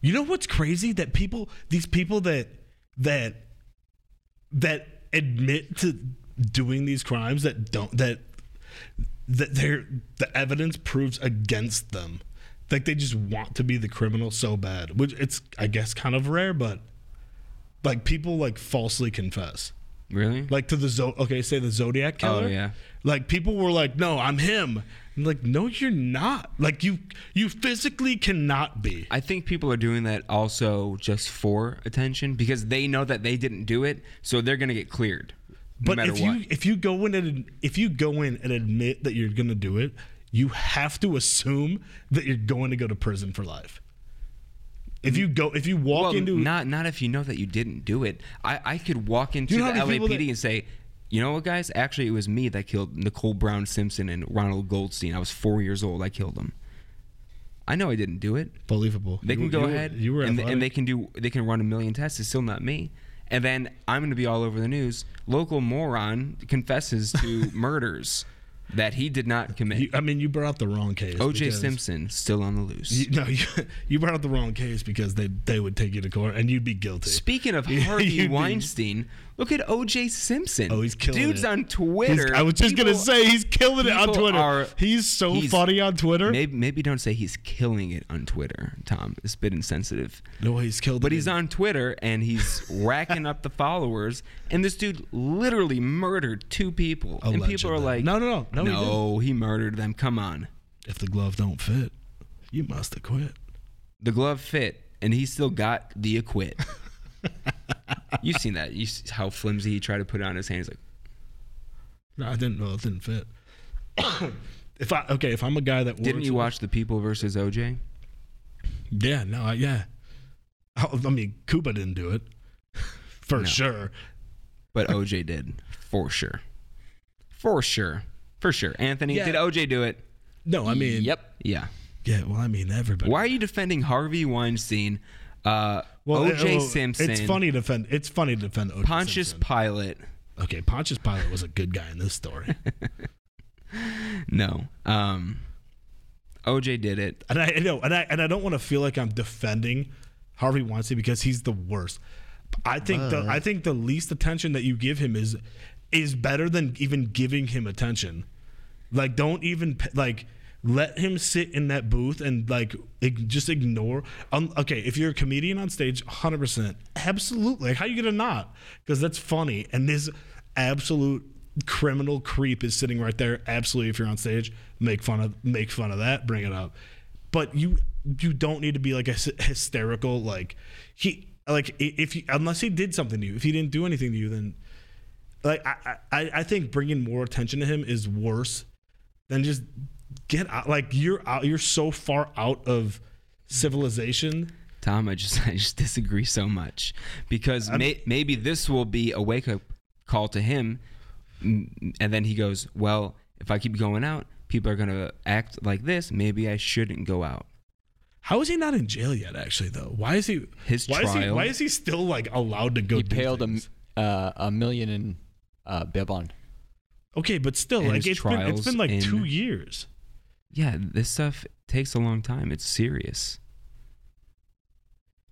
Speaker 2: You know what's crazy? That people, these people that that that admit to doing these crimes that don't that that they're the evidence proves against them. Like they just want to be the criminal so bad, which it's I guess kind of rare, but like people like falsely confess
Speaker 1: Really?
Speaker 2: like to the Zo- okay, say the Zodiac
Speaker 1: Oh,
Speaker 2: killer.
Speaker 1: yeah.
Speaker 2: Like people were like, "No, I'm him." I'm like, "No, you're not." Like you, you physically cannot be.
Speaker 1: I think people are doing that also just for attention because they know that they didn't do it, so they're gonna get cleared.
Speaker 2: But
Speaker 1: no matter
Speaker 2: if
Speaker 1: what.
Speaker 2: you if you go in and if you go in and admit that you're gonna do it, you have to assume that you're going to go to prison for life. If you go, if you walk
Speaker 1: well,
Speaker 2: into
Speaker 1: not not if you know that you didn't do it. I, I could walk into
Speaker 2: You know how
Speaker 1: the
Speaker 2: many people
Speaker 1: LAPD
Speaker 2: that-
Speaker 1: and say, you know what, guys? Actually, it was me that killed Nicole Brown Simpson and Ronald Goldstein. I was four years old. I killed them. I know I didn't do it.
Speaker 2: believable,
Speaker 1: They
Speaker 2: You-
Speaker 1: can go
Speaker 2: you-
Speaker 1: ahead
Speaker 2: You were
Speaker 1: and,
Speaker 2: athletic.
Speaker 1: and they can do they can run a million tests. It's still not me. And then I'm going to be all over the news. Local moron confesses to murders that he did not commit.
Speaker 2: You- I mean, you brought up the wrong case.
Speaker 1: O.J.
Speaker 2: because-
Speaker 1: Simpson still on the loose.
Speaker 2: You, no, you, you brought up the wrong case because they they would take you to court and you'd be guilty.
Speaker 1: Speaking of
Speaker 2: You-
Speaker 1: Harvey
Speaker 2: you'd be-
Speaker 1: Weinstein, Look at O.J. Simpson.
Speaker 2: Oh, he's killing
Speaker 1: Dudes
Speaker 2: it.
Speaker 1: on Twitter.
Speaker 2: I was just gonna
Speaker 1: people-
Speaker 2: say he's killing it on
Speaker 1: people
Speaker 2: Twitter.
Speaker 1: are-
Speaker 2: he's so
Speaker 1: he's-
Speaker 2: funny on Twitter.
Speaker 1: Maybe, maybe don't say he's killing it on Twitter, Tom. It's a bit insensitive.
Speaker 2: no, he's killed.
Speaker 1: But
Speaker 2: it.
Speaker 1: he's on Twitter and he's racking up the followers. And this dude literally murdered two people. And people are
Speaker 2: Allegedly.
Speaker 1: like,
Speaker 2: No, no, no, no, he
Speaker 1: No, he murdered them. Come on.
Speaker 2: If the glove don't fit, you must have quit.
Speaker 1: The glove fit, and he still got the acquit. You've seen that. You see how flimsy he tried to put it on his hand. He's like,
Speaker 2: No, I didn't. Well, it didn't fit. if I okay, if I'm a guy that
Speaker 1: Didn't
Speaker 2: works-
Speaker 1: you watch The People versus OJ?
Speaker 2: Yeah, no, I, yeah. I, I mean, Cuba didn't do it for
Speaker 1: No.
Speaker 2: sure.
Speaker 1: But OJ did. For sure. For sure. For sure. Anthony,
Speaker 2: Yeah.
Speaker 1: did OJ do it?
Speaker 2: No, I mean,
Speaker 3: yep.
Speaker 1: Yeah.
Speaker 2: Yeah, well, I mean, everybody.
Speaker 1: Why are you defending Harvey Weinstein, uh,
Speaker 2: Well,
Speaker 1: OJ
Speaker 2: uh, well,
Speaker 1: Simpson,
Speaker 2: It's funny to defend. It's funny to defend OJ
Speaker 1: Pontius
Speaker 2: Simpson.
Speaker 1: Pilate?
Speaker 2: okay, Pontius Pilate was a good guy in this story,
Speaker 1: No. Um, OJ did it.
Speaker 2: and I, I know, and I and I don't want to feel like I'm defending Harvey Weinstein because he's the worst. I think the I think the least attention that you give him is is better than even giving him attention. Like, don't even p- like let him sit in that booth and like ig- just ignore. Um, okay, if you're a comedian on stage, 100, percent absolutely. Like, how you gonna not? Because that's funny. And this absolute criminal creep is sitting right there. Absolutely, if you're on stage, make fun of make fun of that. Bring it up. But you you don't need to be like a hy- hysterical like he like i- if he, unless he did something to you. If he didn't do anything to you, then like I, I I think bringing more attention to him is worse than just get out. Like you're out, you're so far out of civilization.
Speaker 1: Tom, I just I just disagree so much because may, maybe this will be a wake up call to him, M- and then he goes, "Well, if I keep going out, people are gonna act like this. Maybe I shouldn't go out."
Speaker 2: How is he not in jail yet? Actually, though, why is he?
Speaker 1: His
Speaker 2: why Is he,
Speaker 1: trial.
Speaker 2: why is he still like allowed to go?
Speaker 3: He
Speaker 2: do
Speaker 3: paled a, m-
Speaker 2: things?
Speaker 3: uh, a million in uh, Bebon.
Speaker 2: Okay, but still,
Speaker 1: And
Speaker 2: like
Speaker 1: his
Speaker 2: it's been it's
Speaker 1: trials
Speaker 2: been like
Speaker 1: in-
Speaker 2: two years.
Speaker 1: Yeah, this stuff takes a long time. It's serious.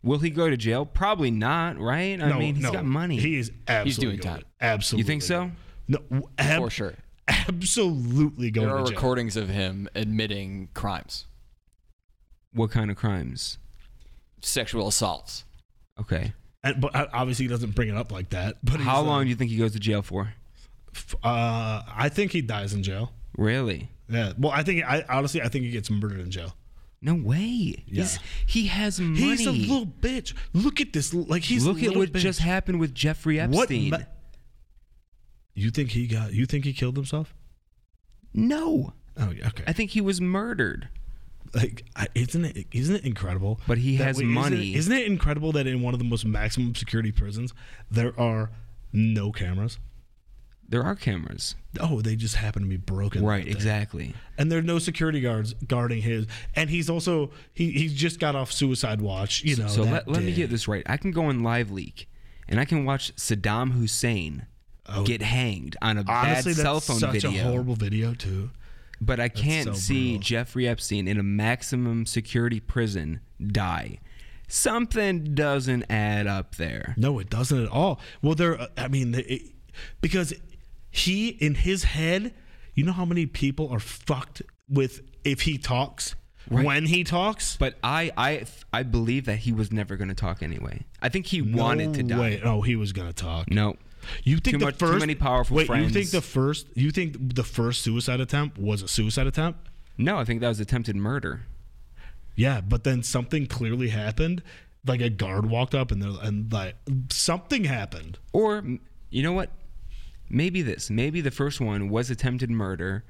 Speaker 1: Will he go to jail? Probably not, right? I
Speaker 2: no,
Speaker 1: mean, he's
Speaker 2: no,
Speaker 1: got money.
Speaker 2: He is absolutely
Speaker 3: doing
Speaker 2: going-
Speaker 3: time.
Speaker 2: Absolutely,
Speaker 1: you think so?
Speaker 2: No, w- ab-
Speaker 3: For sure.
Speaker 2: Absolutely going
Speaker 3: There are
Speaker 2: to jail.
Speaker 3: recordings of him admitting crimes,
Speaker 1: What kind of crimes?
Speaker 3: sexual assaults.
Speaker 1: Okay.
Speaker 2: And, but uh, obviously, he doesn't bring it up like that. But he's,
Speaker 1: How
Speaker 2: uh,
Speaker 1: long do you think he goes to jail for?
Speaker 2: f- Uh, I think he dies in jail.
Speaker 1: Really?
Speaker 2: Yeah. Well, I think I honestly I think he gets murdered in jail.
Speaker 1: No way. He's, he has money.
Speaker 2: He's a little bitch. Look at this. Like he's
Speaker 1: Look
Speaker 2: a
Speaker 1: at
Speaker 2: little
Speaker 1: what
Speaker 2: bitch.
Speaker 1: just happened with Jeffrey
Speaker 2: What?
Speaker 1: Epstein.
Speaker 2: ma- you think he got? You think he killed himself?
Speaker 1: no,
Speaker 2: Oh, yeah, okay.
Speaker 1: I think he was murdered.
Speaker 2: like, I, isn't it? Isn't it incredible?
Speaker 1: But he
Speaker 2: that
Speaker 1: has
Speaker 2: we- isn't it-
Speaker 1: money.
Speaker 2: Isn't it incredible that in one of the most maximum security prisons there are no cameras?
Speaker 1: There are cameras.
Speaker 2: Oh, they just happen to be broken.
Speaker 1: Right,
Speaker 2: that day.
Speaker 1: exactly.
Speaker 2: And there are no security guards guarding his. And he's also he he's just got off suicide watch. You know.
Speaker 1: so
Speaker 2: that
Speaker 1: let, let me
Speaker 2: day.
Speaker 1: get this right. I can go on Live Leak and I can watch Saddam Hussein
Speaker 2: Oh.
Speaker 1: get hanged on a
Speaker 2: Honestly,
Speaker 1: bad
Speaker 2: that's
Speaker 1: cell phone
Speaker 2: such
Speaker 1: video.
Speaker 2: a horrible video too.
Speaker 1: but I can't
Speaker 2: so
Speaker 1: see
Speaker 2: brutal.
Speaker 1: Jeffrey Epstein in a maximum security prison die. Something doesn't add up there.
Speaker 2: No, it doesn't at all. Well, there. uh, I mean, it, because he in his head, you know how many people are fucked with if he talks when he talks.
Speaker 1: But I, I, I believe that he was never going to talk anyway. I think he wanted to die.
Speaker 2: Wait, oh, he was gonna talk.
Speaker 1: No.
Speaker 2: You think
Speaker 1: Too
Speaker 2: the
Speaker 1: much- too
Speaker 2: first
Speaker 1: many powerful
Speaker 2: wait, you think
Speaker 1: friends.
Speaker 2: the first? You think the first suicide attempt was a suicide attempt?
Speaker 1: No, I think that was attempted murder.
Speaker 2: Yeah, but then something clearly happened. Like a guard walked up and they're and like something happened.
Speaker 1: Or, m- you know what? Maybe this. Maybe the first one was attempted murder,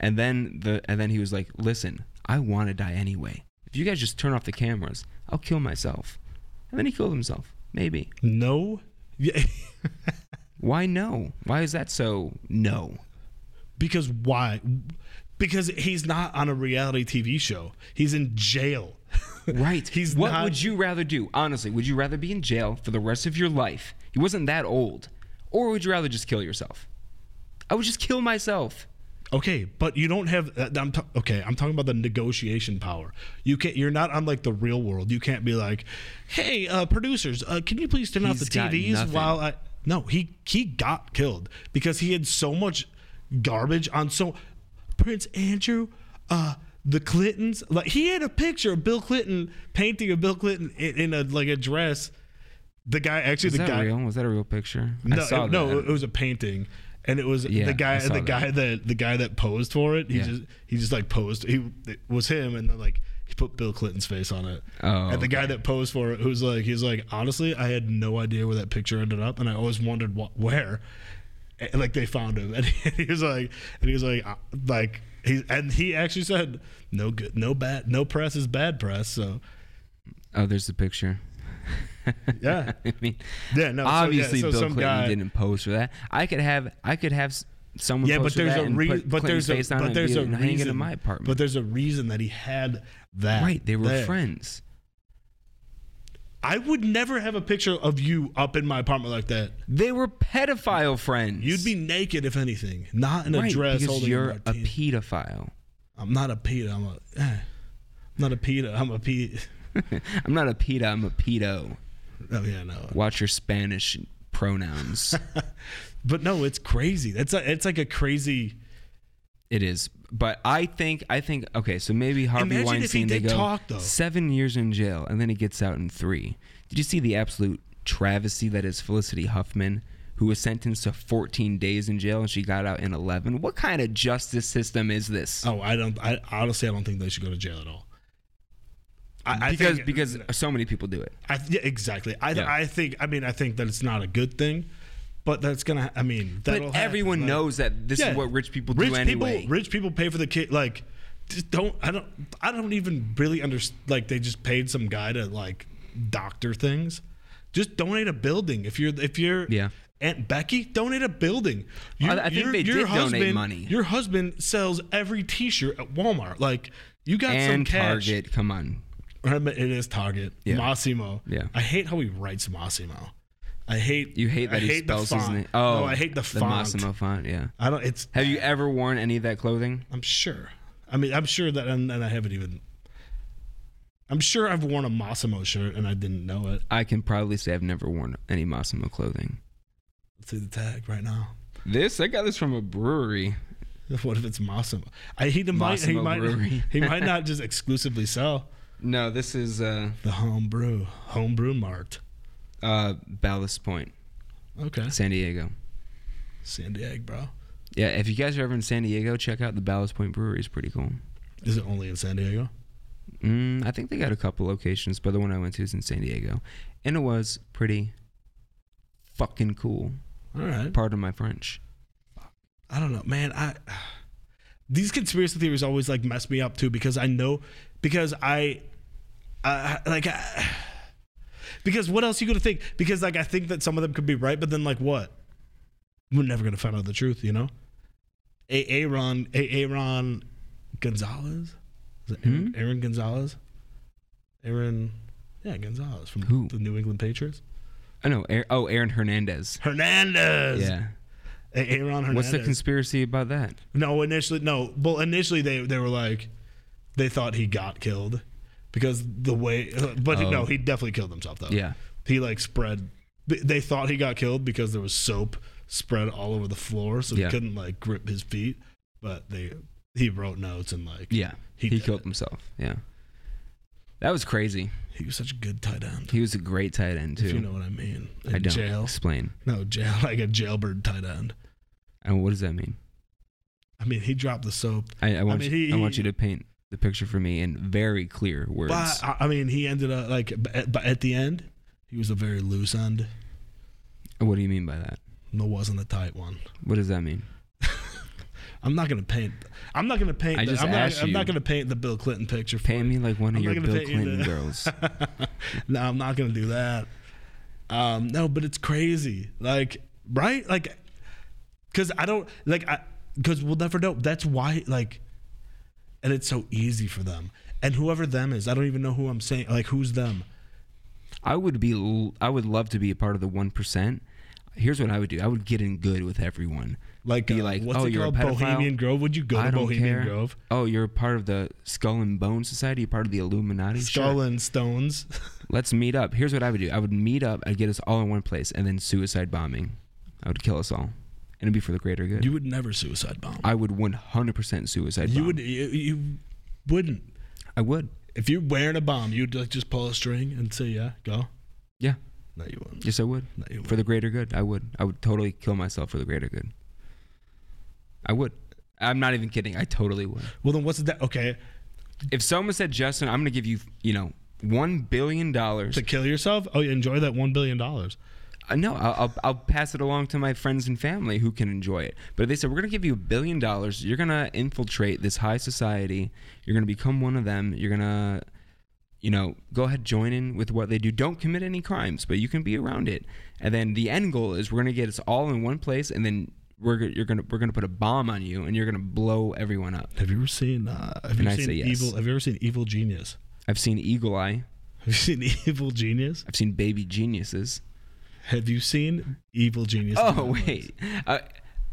Speaker 1: and then the and then he was like, "Listen, I want to die anyway. If you guys just turn off the cameras, I'll kill myself." And then he killed himself. Maybe.
Speaker 2: No. Yeah.
Speaker 1: Why no? Why is that so no?
Speaker 2: Because why? Because he's not on a reality TV show. He's in jail.
Speaker 1: Right.
Speaker 2: he's
Speaker 1: what
Speaker 2: not-
Speaker 1: would you rather do? Honestly, would you rather be in jail for the rest of your life? He wasn't that old. Or would you rather just kill yourself? I would just kill myself.
Speaker 2: Okay, but you don't have. uh, I'm ta- okay. I'm talking about the negotiation power. You can't. You're not on like the real world. You can't be like, "Hey, uh, producers, uh, can you please turn off
Speaker 1: He's
Speaker 2: the
Speaker 1: got
Speaker 2: TVs
Speaker 1: nothing.
Speaker 2: while I." No, he he got killed because he had so much garbage on so Prince Andrew, uh, the Clintons. Like he had a picture of Bill Clinton painting of Bill Clinton in, in a like a dress. The guy actually
Speaker 1: Is
Speaker 2: the
Speaker 1: that
Speaker 2: guy
Speaker 1: real? Was that a real picture?
Speaker 2: no,
Speaker 1: I saw
Speaker 2: it, no, uh,
Speaker 1: that.
Speaker 2: it was a painting, and it was
Speaker 1: Yeah,
Speaker 2: the guy,
Speaker 1: I
Speaker 2: the
Speaker 1: saw that.
Speaker 2: guy that the guy that posed for it. He
Speaker 1: Yeah.
Speaker 2: just he just like posed. He it was him, and then like he put Bill Clinton's face on it.
Speaker 1: Oh,
Speaker 2: and the guy that posed for it, who's like, he's like, honestly, I had no idea where that picture ended up, and I always wondered what where. And, like they found him, and he, was like, and he was like, uh, like he and he actually said, no good, no bad, no press is bad press. So
Speaker 1: oh, there's the picture.
Speaker 2: yeah,
Speaker 1: I mean,
Speaker 2: Yeah, no, so, yeah,
Speaker 1: obviously
Speaker 2: so
Speaker 1: Bill
Speaker 2: some
Speaker 1: Clinton
Speaker 2: guy-
Speaker 1: didn't pose for that. I could have, I could have s- someone.
Speaker 2: yeah,
Speaker 1: pose
Speaker 2: but
Speaker 1: for
Speaker 2: there's
Speaker 1: that
Speaker 2: a
Speaker 1: and
Speaker 2: reason.
Speaker 1: put
Speaker 2: But
Speaker 1: Clinton's
Speaker 2: there's a
Speaker 1: face on it
Speaker 2: but
Speaker 1: and
Speaker 2: there's
Speaker 1: be
Speaker 2: a
Speaker 1: like,
Speaker 2: reason.
Speaker 1: "Now you get in my apartment.
Speaker 2: But there's a reason that he had that.
Speaker 1: right, they were
Speaker 2: there.
Speaker 1: friends.
Speaker 2: I would never have a picture of you up in my apartment like that.
Speaker 1: They were pedophile friends.
Speaker 2: You'd be naked if anything, not in a
Speaker 1: right,
Speaker 2: dress
Speaker 1: because
Speaker 2: holding
Speaker 1: you're
Speaker 2: a
Speaker 1: a
Speaker 2: martini.
Speaker 1: pedophile.
Speaker 2: I'm not a pita. I'm a. eh, I'm not a pita. I'm a pita.
Speaker 1: I'm not a pedo. I'm a pedo.
Speaker 2: Oh yeah, no.
Speaker 1: Watch your Spanish pronouns.
Speaker 2: But no, it's crazy. That's a, it's like a crazy.
Speaker 1: it is, but I think I think okay. So maybe Harvey
Speaker 2: Imagine
Speaker 1: Weinstein.
Speaker 2: if he
Speaker 1: they
Speaker 2: did
Speaker 1: go
Speaker 2: talk, though.
Speaker 1: seven years in jail, and then he gets out in three. Did you see the absolute travesty that is Felicity Huffman, who was sentenced to 14 days in jail and she got out in 11? What kind of justice system is this?
Speaker 2: Oh, I don't. I honestly, I don't think they should go to jail at all. I, I
Speaker 1: because
Speaker 2: think-
Speaker 1: because so many people do it.
Speaker 2: I, yeah, exactly. I,
Speaker 1: Yeah.
Speaker 2: I think. I mean, I think that it's not a good thing, but that's gonna. I mean,
Speaker 1: But
Speaker 2: that'll happen,
Speaker 1: everyone
Speaker 2: like-
Speaker 1: knows that this
Speaker 2: Yeah.
Speaker 1: is what rich people
Speaker 2: Rich
Speaker 1: do
Speaker 2: people.
Speaker 1: anyway.
Speaker 2: Rich people pay for the kid. Like, just don't. I don't. I don't even really understand. Like, they just paid some guy to like doctor things. Just donate a building if you're if you're
Speaker 1: Yeah.
Speaker 2: Aunt Becky, donate a building. Your-
Speaker 1: I think
Speaker 2: your-
Speaker 1: they
Speaker 2: your
Speaker 1: did donate
Speaker 2: husband-
Speaker 1: money.
Speaker 2: Your husband sells every T-shirt at Walmart. Like you got some
Speaker 1: and
Speaker 2: cash.
Speaker 1: Target, come on.
Speaker 2: Um, It is Target.
Speaker 1: Yeah.
Speaker 2: Massimo.
Speaker 1: Yeah.
Speaker 2: I hate how he writes Massimo. I hate
Speaker 1: You hate
Speaker 2: I
Speaker 1: that he
Speaker 2: hate the
Speaker 1: spells his
Speaker 2: font.
Speaker 1: name. Oh,
Speaker 2: no, I hate the, font.
Speaker 1: Massimo font, yeah.
Speaker 2: I don't. It's.
Speaker 1: Have you ever worn any of that clothing?
Speaker 2: I'm sure. I mean, I'm sure that, and, and I haven't even. I'm sure I've worn a Massimo shirt and I didn't know it.
Speaker 1: I can proudly say I've never worn any Massimo clothing.
Speaker 2: Let's see the tag right now.
Speaker 1: This I got this from a brewery.
Speaker 2: What if it's Massimo? I he might he
Speaker 1: Massimo
Speaker 2: might
Speaker 1: Brewery.
Speaker 2: he might not just exclusively sell
Speaker 1: No, this is uh,
Speaker 2: the home brew home brew mart.
Speaker 1: uh, Ballast Point,
Speaker 2: Okay,
Speaker 1: San Diego.
Speaker 2: San Diego, bro.
Speaker 1: Yeah, if you guys are ever in San Diego, check out the Ballast Point Brewery. It's pretty cool.
Speaker 2: Is it only in San Diego?
Speaker 1: Mm, I think they got a couple locations, but the one I went to is in San Diego, and it was pretty fucking cool.
Speaker 2: All right.
Speaker 1: Pardon my French.
Speaker 2: I don't know, man. I these conspiracy theories always like mess me up too because I know because I, I like I, because what else you gonna think? Because like I think that some of them could be right, but then like what? We're never gonna find out the truth, you know. A Aaron A Aaron Gonzalez, Is it Aaron,
Speaker 1: Hmm?
Speaker 2: Aaron Gonzalez, Aaron, yeah Gonzalez from
Speaker 1: Who?
Speaker 2: the New England Patriots.
Speaker 1: Oh no, Aar- oh Aaron Hernandez.
Speaker 2: Hernandez,
Speaker 1: Yeah.
Speaker 2: A- Aaron Hernandez.
Speaker 1: What's the conspiracy about that?
Speaker 2: No, initially, no. Well, initially they they were like, they thought he got killed because the way, but he, no,
Speaker 1: Oh.
Speaker 2: he definitely killed himself though.
Speaker 1: Yeah.
Speaker 2: he like spread. They they thought he got killed because there was soap spread all over the floor, so
Speaker 1: Yeah.
Speaker 2: he couldn't like grip his feet. But they he wrote notes and like
Speaker 1: Yeah,
Speaker 2: He
Speaker 1: he,
Speaker 2: did
Speaker 1: killed
Speaker 2: it.
Speaker 1: himself. Yeah, that was crazy.
Speaker 2: he was such a good tight end.
Speaker 1: He was a great tight end too.
Speaker 2: If you know what I mean. In
Speaker 1: I don't
Speaker 2: jail.
Speaker 1: explain.
Speaker 2: No, jail like a jailbird tight end.
Speaker 1: And what does that mean?
Speaker 2: I mean, he dropped the soap.
Speaker 1: I, I want
Speaker 2: mean,
Speaker 1: you,
Speaker 2: he-
Speaker 1: I want you
Speaker 2: he-
Speaker 1: to paint the picture for me in very clear words.
Speaker 2: But I I mean, he ended up like, but but at the end, he was a very loose end.
Speaker 1: what do you mean by that?
Speaker 2: No, wasn't a tight one.
Speaker 1: What does that mean?
Speaker 2: I'm not gonna paint. I'm not gonna paint.
Speaker 1: I
Speaker 2: the,
Speaker 1: just
Speaker 2: I'm, not,
Speaker 1: asked
Speaker 2: I'm
Speaker 1: you.
Speaker 2: not gonna paint the Bill Clinton picture. For
Speaker 1: Paint me like one of
Speaker 2: I'm
Speaker 1: your
Speaker 2: not gonna
Speaker 1: Bill
Speaker 2: paint you
Speaker 1: Clinton
Speaker 2: the-
Speaker 1: girls.
Speaker 2: no, I'm not gonna do that. Um, no, but it's crazy. Like, right? Like, because I don't like. I because we'll never know. That's why. Like, and it's so easy for them. And whoever them is, I don't even know who I'm saying. Like, who's them?
Speaker 1: I would be. l- I would love to be a part of the one percent. Here's what I would do. I would get in good with everyone.
Speaker 2: Like,
Speaker 1: be
Speaker 2: uh,
Speaker 1: like,
Speaker 2: what's
Speaker 1: "Oh,
Speaker 2: it
Speaker 1: you're a
Speaker 2: called?
Speaker 1: pedophile?
Speaker 2: Bohemian Grove? Would you go
Speaker 1: I
Speaker 2: to
Speaker 1: don't
Speaker 2: Bohemian
Speaker 1: care.
Speaker 2: Grove?
Speaker 1: Oh, you're part of the Skull and Bone Society, part of the Illuminati.
Speaker 2: Skull
Speaker 1: Sure.
Speaker 2: and Stones.
Speaker 1: Let's meet up. Here's what I would do. I would meet up. I'd get us all in one place, and then suicide bombing. I would kill us all, and it'd be for the greater good.
Speaker 2: You would never suicide bomb.
Speaker 1: I would 100% suicide bomb.
Speaker 2: You would. You, you wouldn't.
Speaker 1: I would.
Speaker 2: If you're wearing a bomb, you'd like just pull a string and say, "Yeah, go."
Speaker 1: Yeah.
Speaker 2: No, you wouldn't.
Speaker 1: Yes, I would.
Speaker 2: No, you
Speaker 1: For the greater good, I would. I would totally kill myself for the greater good. I would. I'm not even kidding. I totally would.
Speaker 2: Well, then what's that? Okay,
Speaker 1: If someone said, Justin, I'm going to give you, you know, one billion dollars.
Speaker 2: to kill yourself? Oh, enjoy that one billion dollars.
Speaker 1: Uh, no, I'll, I'll, I'll pass it along to my friends and family who can enjoy it. But if they said, we're going to give you a billion dollars. You're going to infiltrate this high society. You're going to become one of them. You're going to, you know, go ahead, join in with what they do. Don't commit any crimes, but you can be around it. And then the end goal is we're going to get us all in one place and then we're, go- you're gonna we're gonna put a bomb on you and you're gonna blow everyone up.
Speaker 2: Have you ever seen? Uh, have you
Speaker 1: And I
Speaker 2: seen
Speaker 1: say yes.
Speaker 2: evil? Have you ever seen Evil Genius?
Speaker 1: I've seen Eagle Eye.
Speaker 2: Have you seen Evil Genius?
Speaker 1: I've seen Baby Geniuses.
Speaker 2: Have you seen Evil Genius?
Speaker 1: Oh wait, I,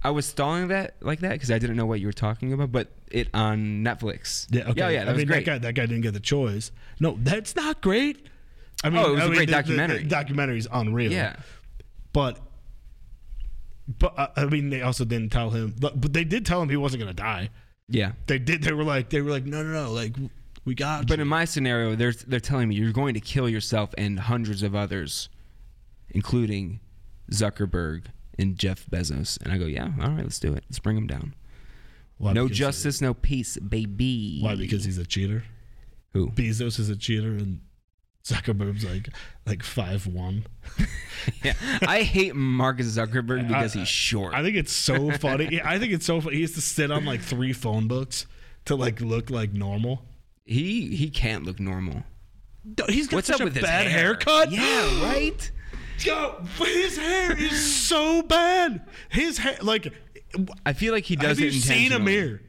Speaker 1: I was stalling that like that because I didn't know what you were talking about, but it on Netflix.
Speaker 2: Yeah, okay.
Speaker 1: yeah, yeah, that
Speaker 2: I
Speaker 1: was
Speaker 2: mean,
Speaker 1: great.
Speaker 2: that guy that guy didn't get the choice. No, that's not great. I mean,
Speaker 1: Oh, it was
Speaker 2: I
Speaker 1: a
Speaker 2: mean,
Speaker 1: great
Speaker 2: the- the-
Speaker 1: documentary.
Speaker 2: The, documentary's unreal.
Speaker 1: yeah,
Speaker 2: but but uh, I mean, they also didn't tell him. But, but they did tell him he wasn't gonna die.
Speaker 1: yeah.
Speaker 2: They did. They were like, they were like, no, no, no, like we got.
Speaker 1: But
Speaker 2: you.
Speaker 1: in my scenario, they're they're telling me you're going to kill yourself and hundreds of others, including Zuckerberg and Jeff Bezos. And I go, yeah, all right, let's do it. Let's bring them down.
Speaker 2: Why?
Speaker 1: no
Speaker 2: Because-
Speaker 1: justice, no peace, baby.
Speaker 2: Why? Because he's a cheater.
Speaker 1: who?
Speaker 2: Bezos is a cheater, and Zuckerberg's like like five one.
Speaker 1: yeah, I hate Mark Zuckerberg because he's short.
Speaker 2: I think it's so funny. Yeah, I think it's so funny. He has to sit on like three phone books to like look like normal.
Speaker 1: he he can't look normal.
Speaker 2: Dude, He's got
Speaker 1: What's
Speaker 2: such
Speaker 1: up
Speaker 2: a
Speaker 1: with his
Speaker 2: bad
Speaker 1: hair?
Speaker 2: haircut.
Speaker 1: Yeah, right.
Speaker 2: Yo, but his hair is so bad. His hair, like,
Speaker 1: I feel like he does
Speaker 2: have you
Speaker 1: it intentionally.
Speaker 2: seen a mirror?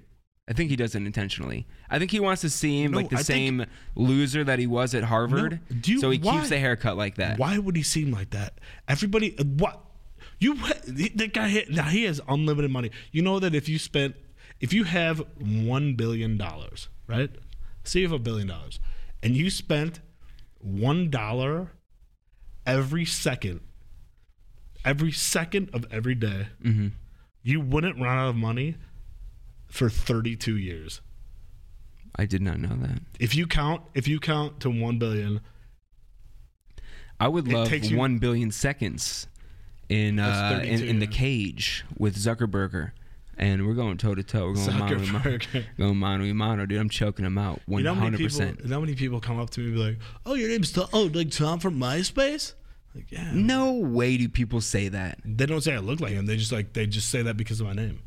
Speaker 1: I think he does it intentionally. I think he wants to seem
Speaker 2: No,
Speaker 1: like the
Speaker 2: I
Speaker 1: same
Speaker 2: think-
Speaker 1: loser that he was at Harvard.
Speaker 2: No, do you-
Speaker 1: so he
Speaker 2: why?
Speaker 1: keeps the haircut like that.
Speaker 2: Why would he seem like that? Everybody, uh, what you that guy? hit- Now he has unlimited money. You know that if you spent, if you have one billion dollars, right? Say you have a billion dollars, and you spent one dollar every second, every second of every day,
Speaker 1: Mm-hmm.
Speaker 2: you wouldn't run out of money for thirty-two years.
Speaker 1: I did not know that.
Speaker 2: If you count, if you count to one billion,
Speaker 1: I would
Speaker 2: It
Speaker 1: love
Speaker 2: takes you-
Speaker 1: one billion seconds in
Speaker 2: That's
Speaker 1: uh, in,
Speaker 2: 32,
Speaker 1: in the
Speaker 2: yeah.
Speaker 1: cage with Zuckerberger, and we're going toe to toe. We're going mano a mano.
Speaker 2: Zuckerberg.
Speaker 1: Going mano a mano, dude. I'm choking him out
Speaker 2: You
Speaker 1: one
Speaker 2: know how many
Speaker 1: hundred
Speaker 2: people?
Speaker 1: percent.
Speaker 2: You know how many people come up to me and be like, "Oh, your name's Tom? Oh, like Tom from MySpace?" Like, yeah.
Speaker 1: No way do people say that.
Speaker 2: They don't say I look like him. They just like they just say that because of my name.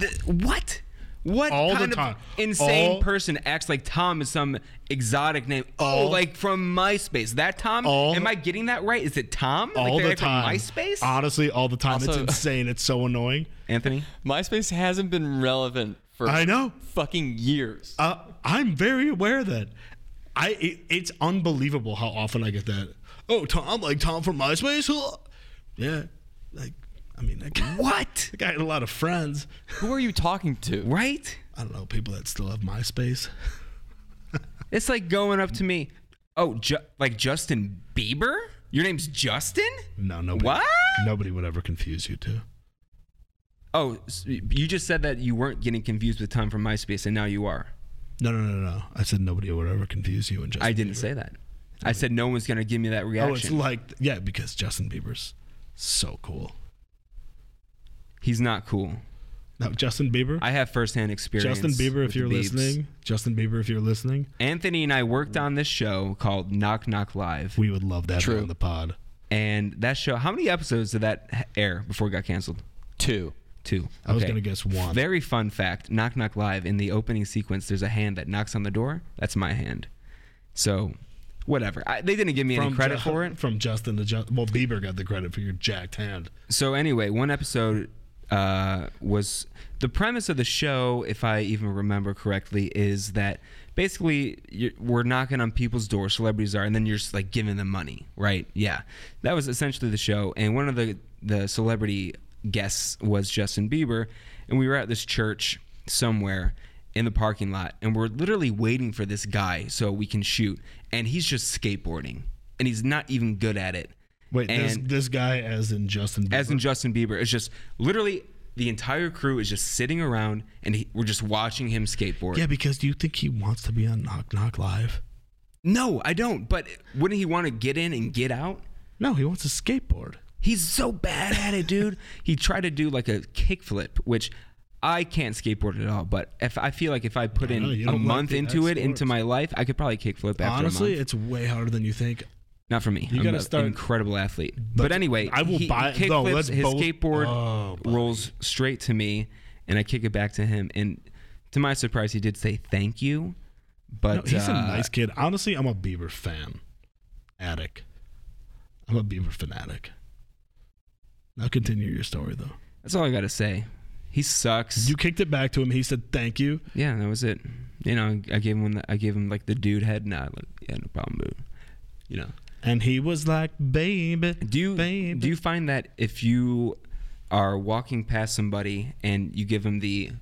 Speaker 1: Th- what? What
Speaker 2: All the
Speaker 1: kind
Speaker 2: time.
Speaker 1: of insane
Speaker 2: All-
Speaker 1: person acts like Tom is some exotic name? oh,
Speaker 2: All-
Speaker 1: like from MySpace. That Tom?
Speaker 2: All-
Speaker 1: Am I getting that right? Is it Tom? Like,
Speaker 2: All
Speaker 1: they're
Speaker 2: the
Speaker 1: like from
Speaker 2: time. Uh,
Speaker 1: MySpace?
Speaker 2: Honestly, all the time. it's
Speaker 3: Also-
Speaker 2: insane. It's so annoying.
Speaker 1: Anthony?
Speaker 3: MySpace hasn't been relevant for
Speaker 2: I know.
Speaker 3: fucking years.
Speaker 2: Uh, I'm very aware of that. I it, it's unbelievable how often I get that. Oh, Tom, like Tom from MySpace? Huh?" Yeah. Like, I mean, that guy,
Speaker 1: What?
Speaker 2: that guy had a lot of friends.
Speaker 3: Who are you talking to?
Speaker 1: Right?
Speaker 2: I don't know people that still have MySpace.
Speaker 1: It's like going up to me. Oh, ju- like Justin Bieber? Your name's Justin?
Speaker 2: No, nobody.
Speaker 1: What?
Speaker 2: Nobody would ever confuse you two.
Speaker 1: Oh, s- you just said that you weren't getting confused with Tom from MySpace, and now you are.
Speaker 2: No, no, no, no, no. I said nobody would ever confuse you and Justin.
Speaker 1: I didn't say that. I said no one's going to give me that
Speaker 2: Bieber. Oh, it's
Speaker 1: reaction.
Speaker 2: like yeah, because Justin Bieber's so cool.
Speaker 1: He's not cool.
Speaker 2: Now Justin Bieber,
Speaker 1: I have firsthand experience.
Speaker 2: Justin Bieber,
Speaker 1: with
Speaker 2: if you're
Speaker 1: the Biebs.
Speaker 2: listening, Justin Bieber, if you're listening,
Speaker 1: Anthony and I worked on this show called Knock Knock Live,
Speaker 2: we would love that
Speaker 3: True.
Speaker 2: on the pod.
Speaker 1: and that show. How many episodes did that h- air before it got canceled?
Speaker 3: Two.
Speaker 1: Two. Okay.
Speaker 2: I was gonna guess one.
Speaker 1: Very fun fact: Knock Knock Live. In the opening sequence, there's a hand that knocks on the door. That's my hand. So, whatever. I, they didn't give me any credit
Speaker 2: Ju-
Speaker 1: for it.
Speaker 2: From Justin to Justin. Well, Bieber got the credit for your jacked hand.
Speaker 1: So anyway, one episode uh, was the premise of the show, if I even remember correctly, is that basically you're, we're knocking on people's doors, celebrities are, and then you're just like giving them money, right? Yeah, that was essentially the show. And one of the the celebrity guess was Justin Bieber, and we were at this church somewhere in the parking lot, and we're literally waiting for this guy so we can shoot, and he's just skateboarding, and he's not even good at it.
Speaker 2: Wait, this,
Speaker 1: And-
Speaker 2: this guy as in Justin Bieber.
Speaker 1: as in Justin Bieber. It's just literally the entire crew is just sitting around and he, we're just watching him skateboard.
Speaker 2: yeah, because do you think he wants to be on Knock Knock Live?
Speaker 1: No, I don't. But wouldn't he want to get in and get out?
Speaker 2: No, he wants a skateboard.
Speaker 1: He's so bad at it, dude. he tried to do like a kickflip, which I can't skateboard at all. But if I feel like if I put in
Speaker 2: know, you
Speaker 1: a
Speaker 2: don't like
Speaker 1: month
Speaker 2: the
Speaker 1: into it, into
Speaker 2: exploits.
Speaker 1: my life, I could probably kickflip after a
Speaker 2: Honestly,
Speaker 1: month.
Speaker 2: it's way harder than you think.
Speaker 1: Not for me.
Speaker 2: you
Speaker 1: I'm
Speaker 2: gotta
Speaker 1: an
Speaker 2: start-
Speaker 1: incredible athlete. But anyway,
Speaker 2: I will
Speaker 1: he,
Speaker 2: buy-
Speaker 1: he
Speaker 2: no,
Speaker 1: kickflips,
Speaker 2: let's
Speaker 1: his
Speaker 2: both-
Speaker 1: skateboard
Speaker 2: Oh,
Speaker 1: rolls straight to me, and I kick it back to him. And to my surprise, he did say thank you. But
Speaker 2: No, he's
Speaker 1: uh,
Speaker 2: a nice kid. Honestly, I'm a Bieber fan. Attic. I'm a Bieber fanatic. Now continue your story though.
Speaker 1: that's all I gotta say. He sucks.
Speaker 2: You kicked it back to him. He said thank you.
Speaker 1: yeah, that was it. You know, I gave him the, I gave him like the dude head nod. Like, yeah, no problem, dude. You know.
Speaker 2: And he was like, baby.
Speaker 1: Do you
Speaker 2: baby.
Speaker 1: do you find that if you are walking past somebody and you give them the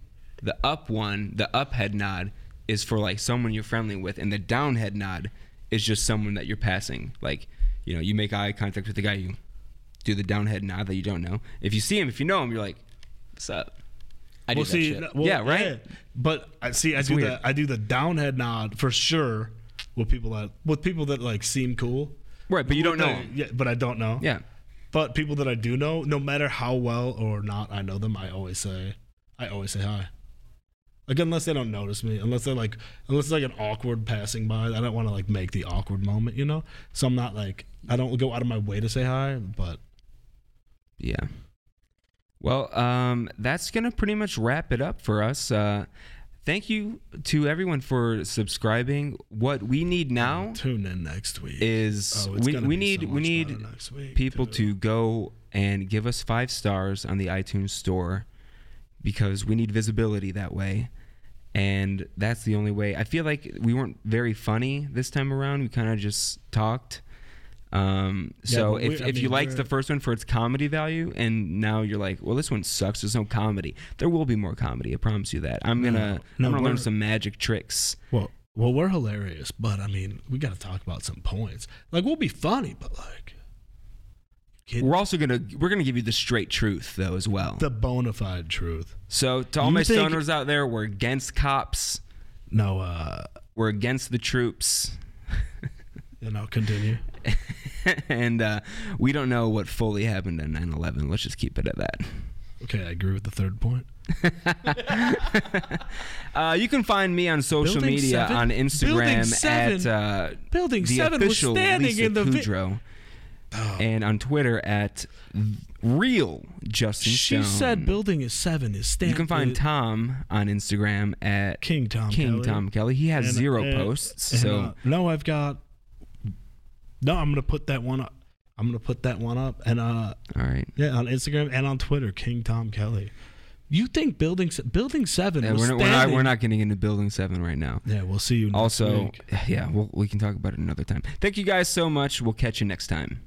Speaker 1: the up one, the up head nod is for like someone you're friendly with, and the down head nod is just someone that you're passing. Like you know, you make eye contact with the guy, you do the down head nod that you don't know. If you see him, if you know him, you're like, "What's up?"
Speaker 3: I do
Speaker 2: well,
Speaker 3: that
Speaker 2: see,
Speaker 3: shit.
Speaker 2: no- well,
Speaker 1: Yeah, right?
Speaker 2: But I see. I do
Speaker 1: weird.
Speaker 2: the I do the down head nod for sure with people that with people that like seem cool.
Speaker 1: Right, but you don't
Speaker 2: With
Speaker 1: know
Speaker 2: the-
Speaker 1: him.
Speaker 2: Yeah, but I don't know.
Speaker 1: Yeah,
Speaker 2: But people that I do know, no matter how well or not I know them, I always say, I always say hi. Like unless they don't notice me, unless they're like, unless it's like an awkward passing by, I don't want to like make the awkward moment, you know. So I'm not like, I don't go out of my way to say hi, but
Speaker 1: yeah. Well, um, that's gonna pretty much wrap it up for us. Uh, thank you to everyone for subscribing. What we need now.
Speaker 2: tune in next week.
Speaker 1: is
Speaker 2: Oh, it's
Speaker 1: we,
Speaker 2: gonna
Speaker 1: we
Speaker 2: be
Speaker 1: need
Speaker 2: so
Speaker 1: we
Speaker 2: much
Speaker 1: need
Speaker 2: better next week,
Speaker 1: people
Speaker 2: too.
Speaker 1: to go and give us five stars on the iTunes store because we need visibility that way. And that's the only way. I feel like we weren't very funny this time around. We kind of just talked. Um,
Speaker 2: Yeah,
Speaker 1: so
Speaker 2: but we-
Speaker 1: if,
Speaker 2: I
Speaker 1: if you
Speaker 2: mean,
Speaker 1: liked
Speaker 2: we're-
Speaker 1: the first one for its comedy value, and now you're like, well, this one sucks. There's no comedy. There will be more comedy. I promise you that. I'm gonna
Speaker 2: no,
Speaker 1: I'm gonna learn
Speaker 2: we're-
Speaker 1: some magic tricks.
Speaker 2: Well, well, we're hilarious, but I mean, we got to talk about some points. Like we'll be funny, but like kid,
Speaker 1: We're also gonna we're gonna give you the straight truth though as well.
Speaker 2: the bona fide truth.
Speaker 1: So to all
Speaker 2: You
Speaker 1: my
Speaker 2: think-
Speaker 1: stoners out there, we're against cops.
Speaker 2: No, uh,
Speaker 1: We're against the troops,
Speaker 2: you know, continue.
Speaker 1: and uh, we don't know what fully happened on 9/11. Let's just keep it at that.
Speaker 2: Okay, I agree with the third point.
Speaker 1: Uh, you can find me on social
Speaker 2: Building
Speaker 1: media
Speaker 2: seven?
Speaker 1: on
Speaker 2: Building
Speaker 1: Instagram at
Speaker 2: seven?
Speaker 1: uh,
Speaker 2: Building
Speaker 1: the
Speaker 2: seven was
Speaker 1: official
Speaker 2: standing
Speaker 1: Lisa
Speaker 2: in the vi- Oh.
Speaker 1: Kudrow, and on Twitter at real Justin
Speaker 2: She
Speaker 1: Stone.
Speaker 2: said building is seven is standing.
Speaker 1: You can find Tom on Instagram at
Speaker 2: King Tom
Speaker 1: King
Speaker 2: Kelly.
Speaker 1: Tom Kelly. He has
Speaker 2: And-
Speaker 1: zero
Speaker 2: and-
Speaker 1: posts,
Speaker 2: and,
Speaker 1: so
Speaker 2: uh, no, I've got. No, I'm gonna put that one up. I'm gonna put that one up, and uh,
Speaker 1: all right.
Speaker 2: yeah, on Instagram and on Twitter, King Tom Kelly. You think building se- building seven?
Speaker 1: Yeah,
Speaker 2: was
Speaker 1: we're, not, we're, not,
Speaker 2: standing-
Speaker 1: we're not getting into Building Seven right now.
Speaker 2: Yeah, we'll see you. Next
Speaker 1: also
Speaker 2: week.
Speaker 1: yeah we'll, we can talk about it another time thank you guys so much we'll catch you next time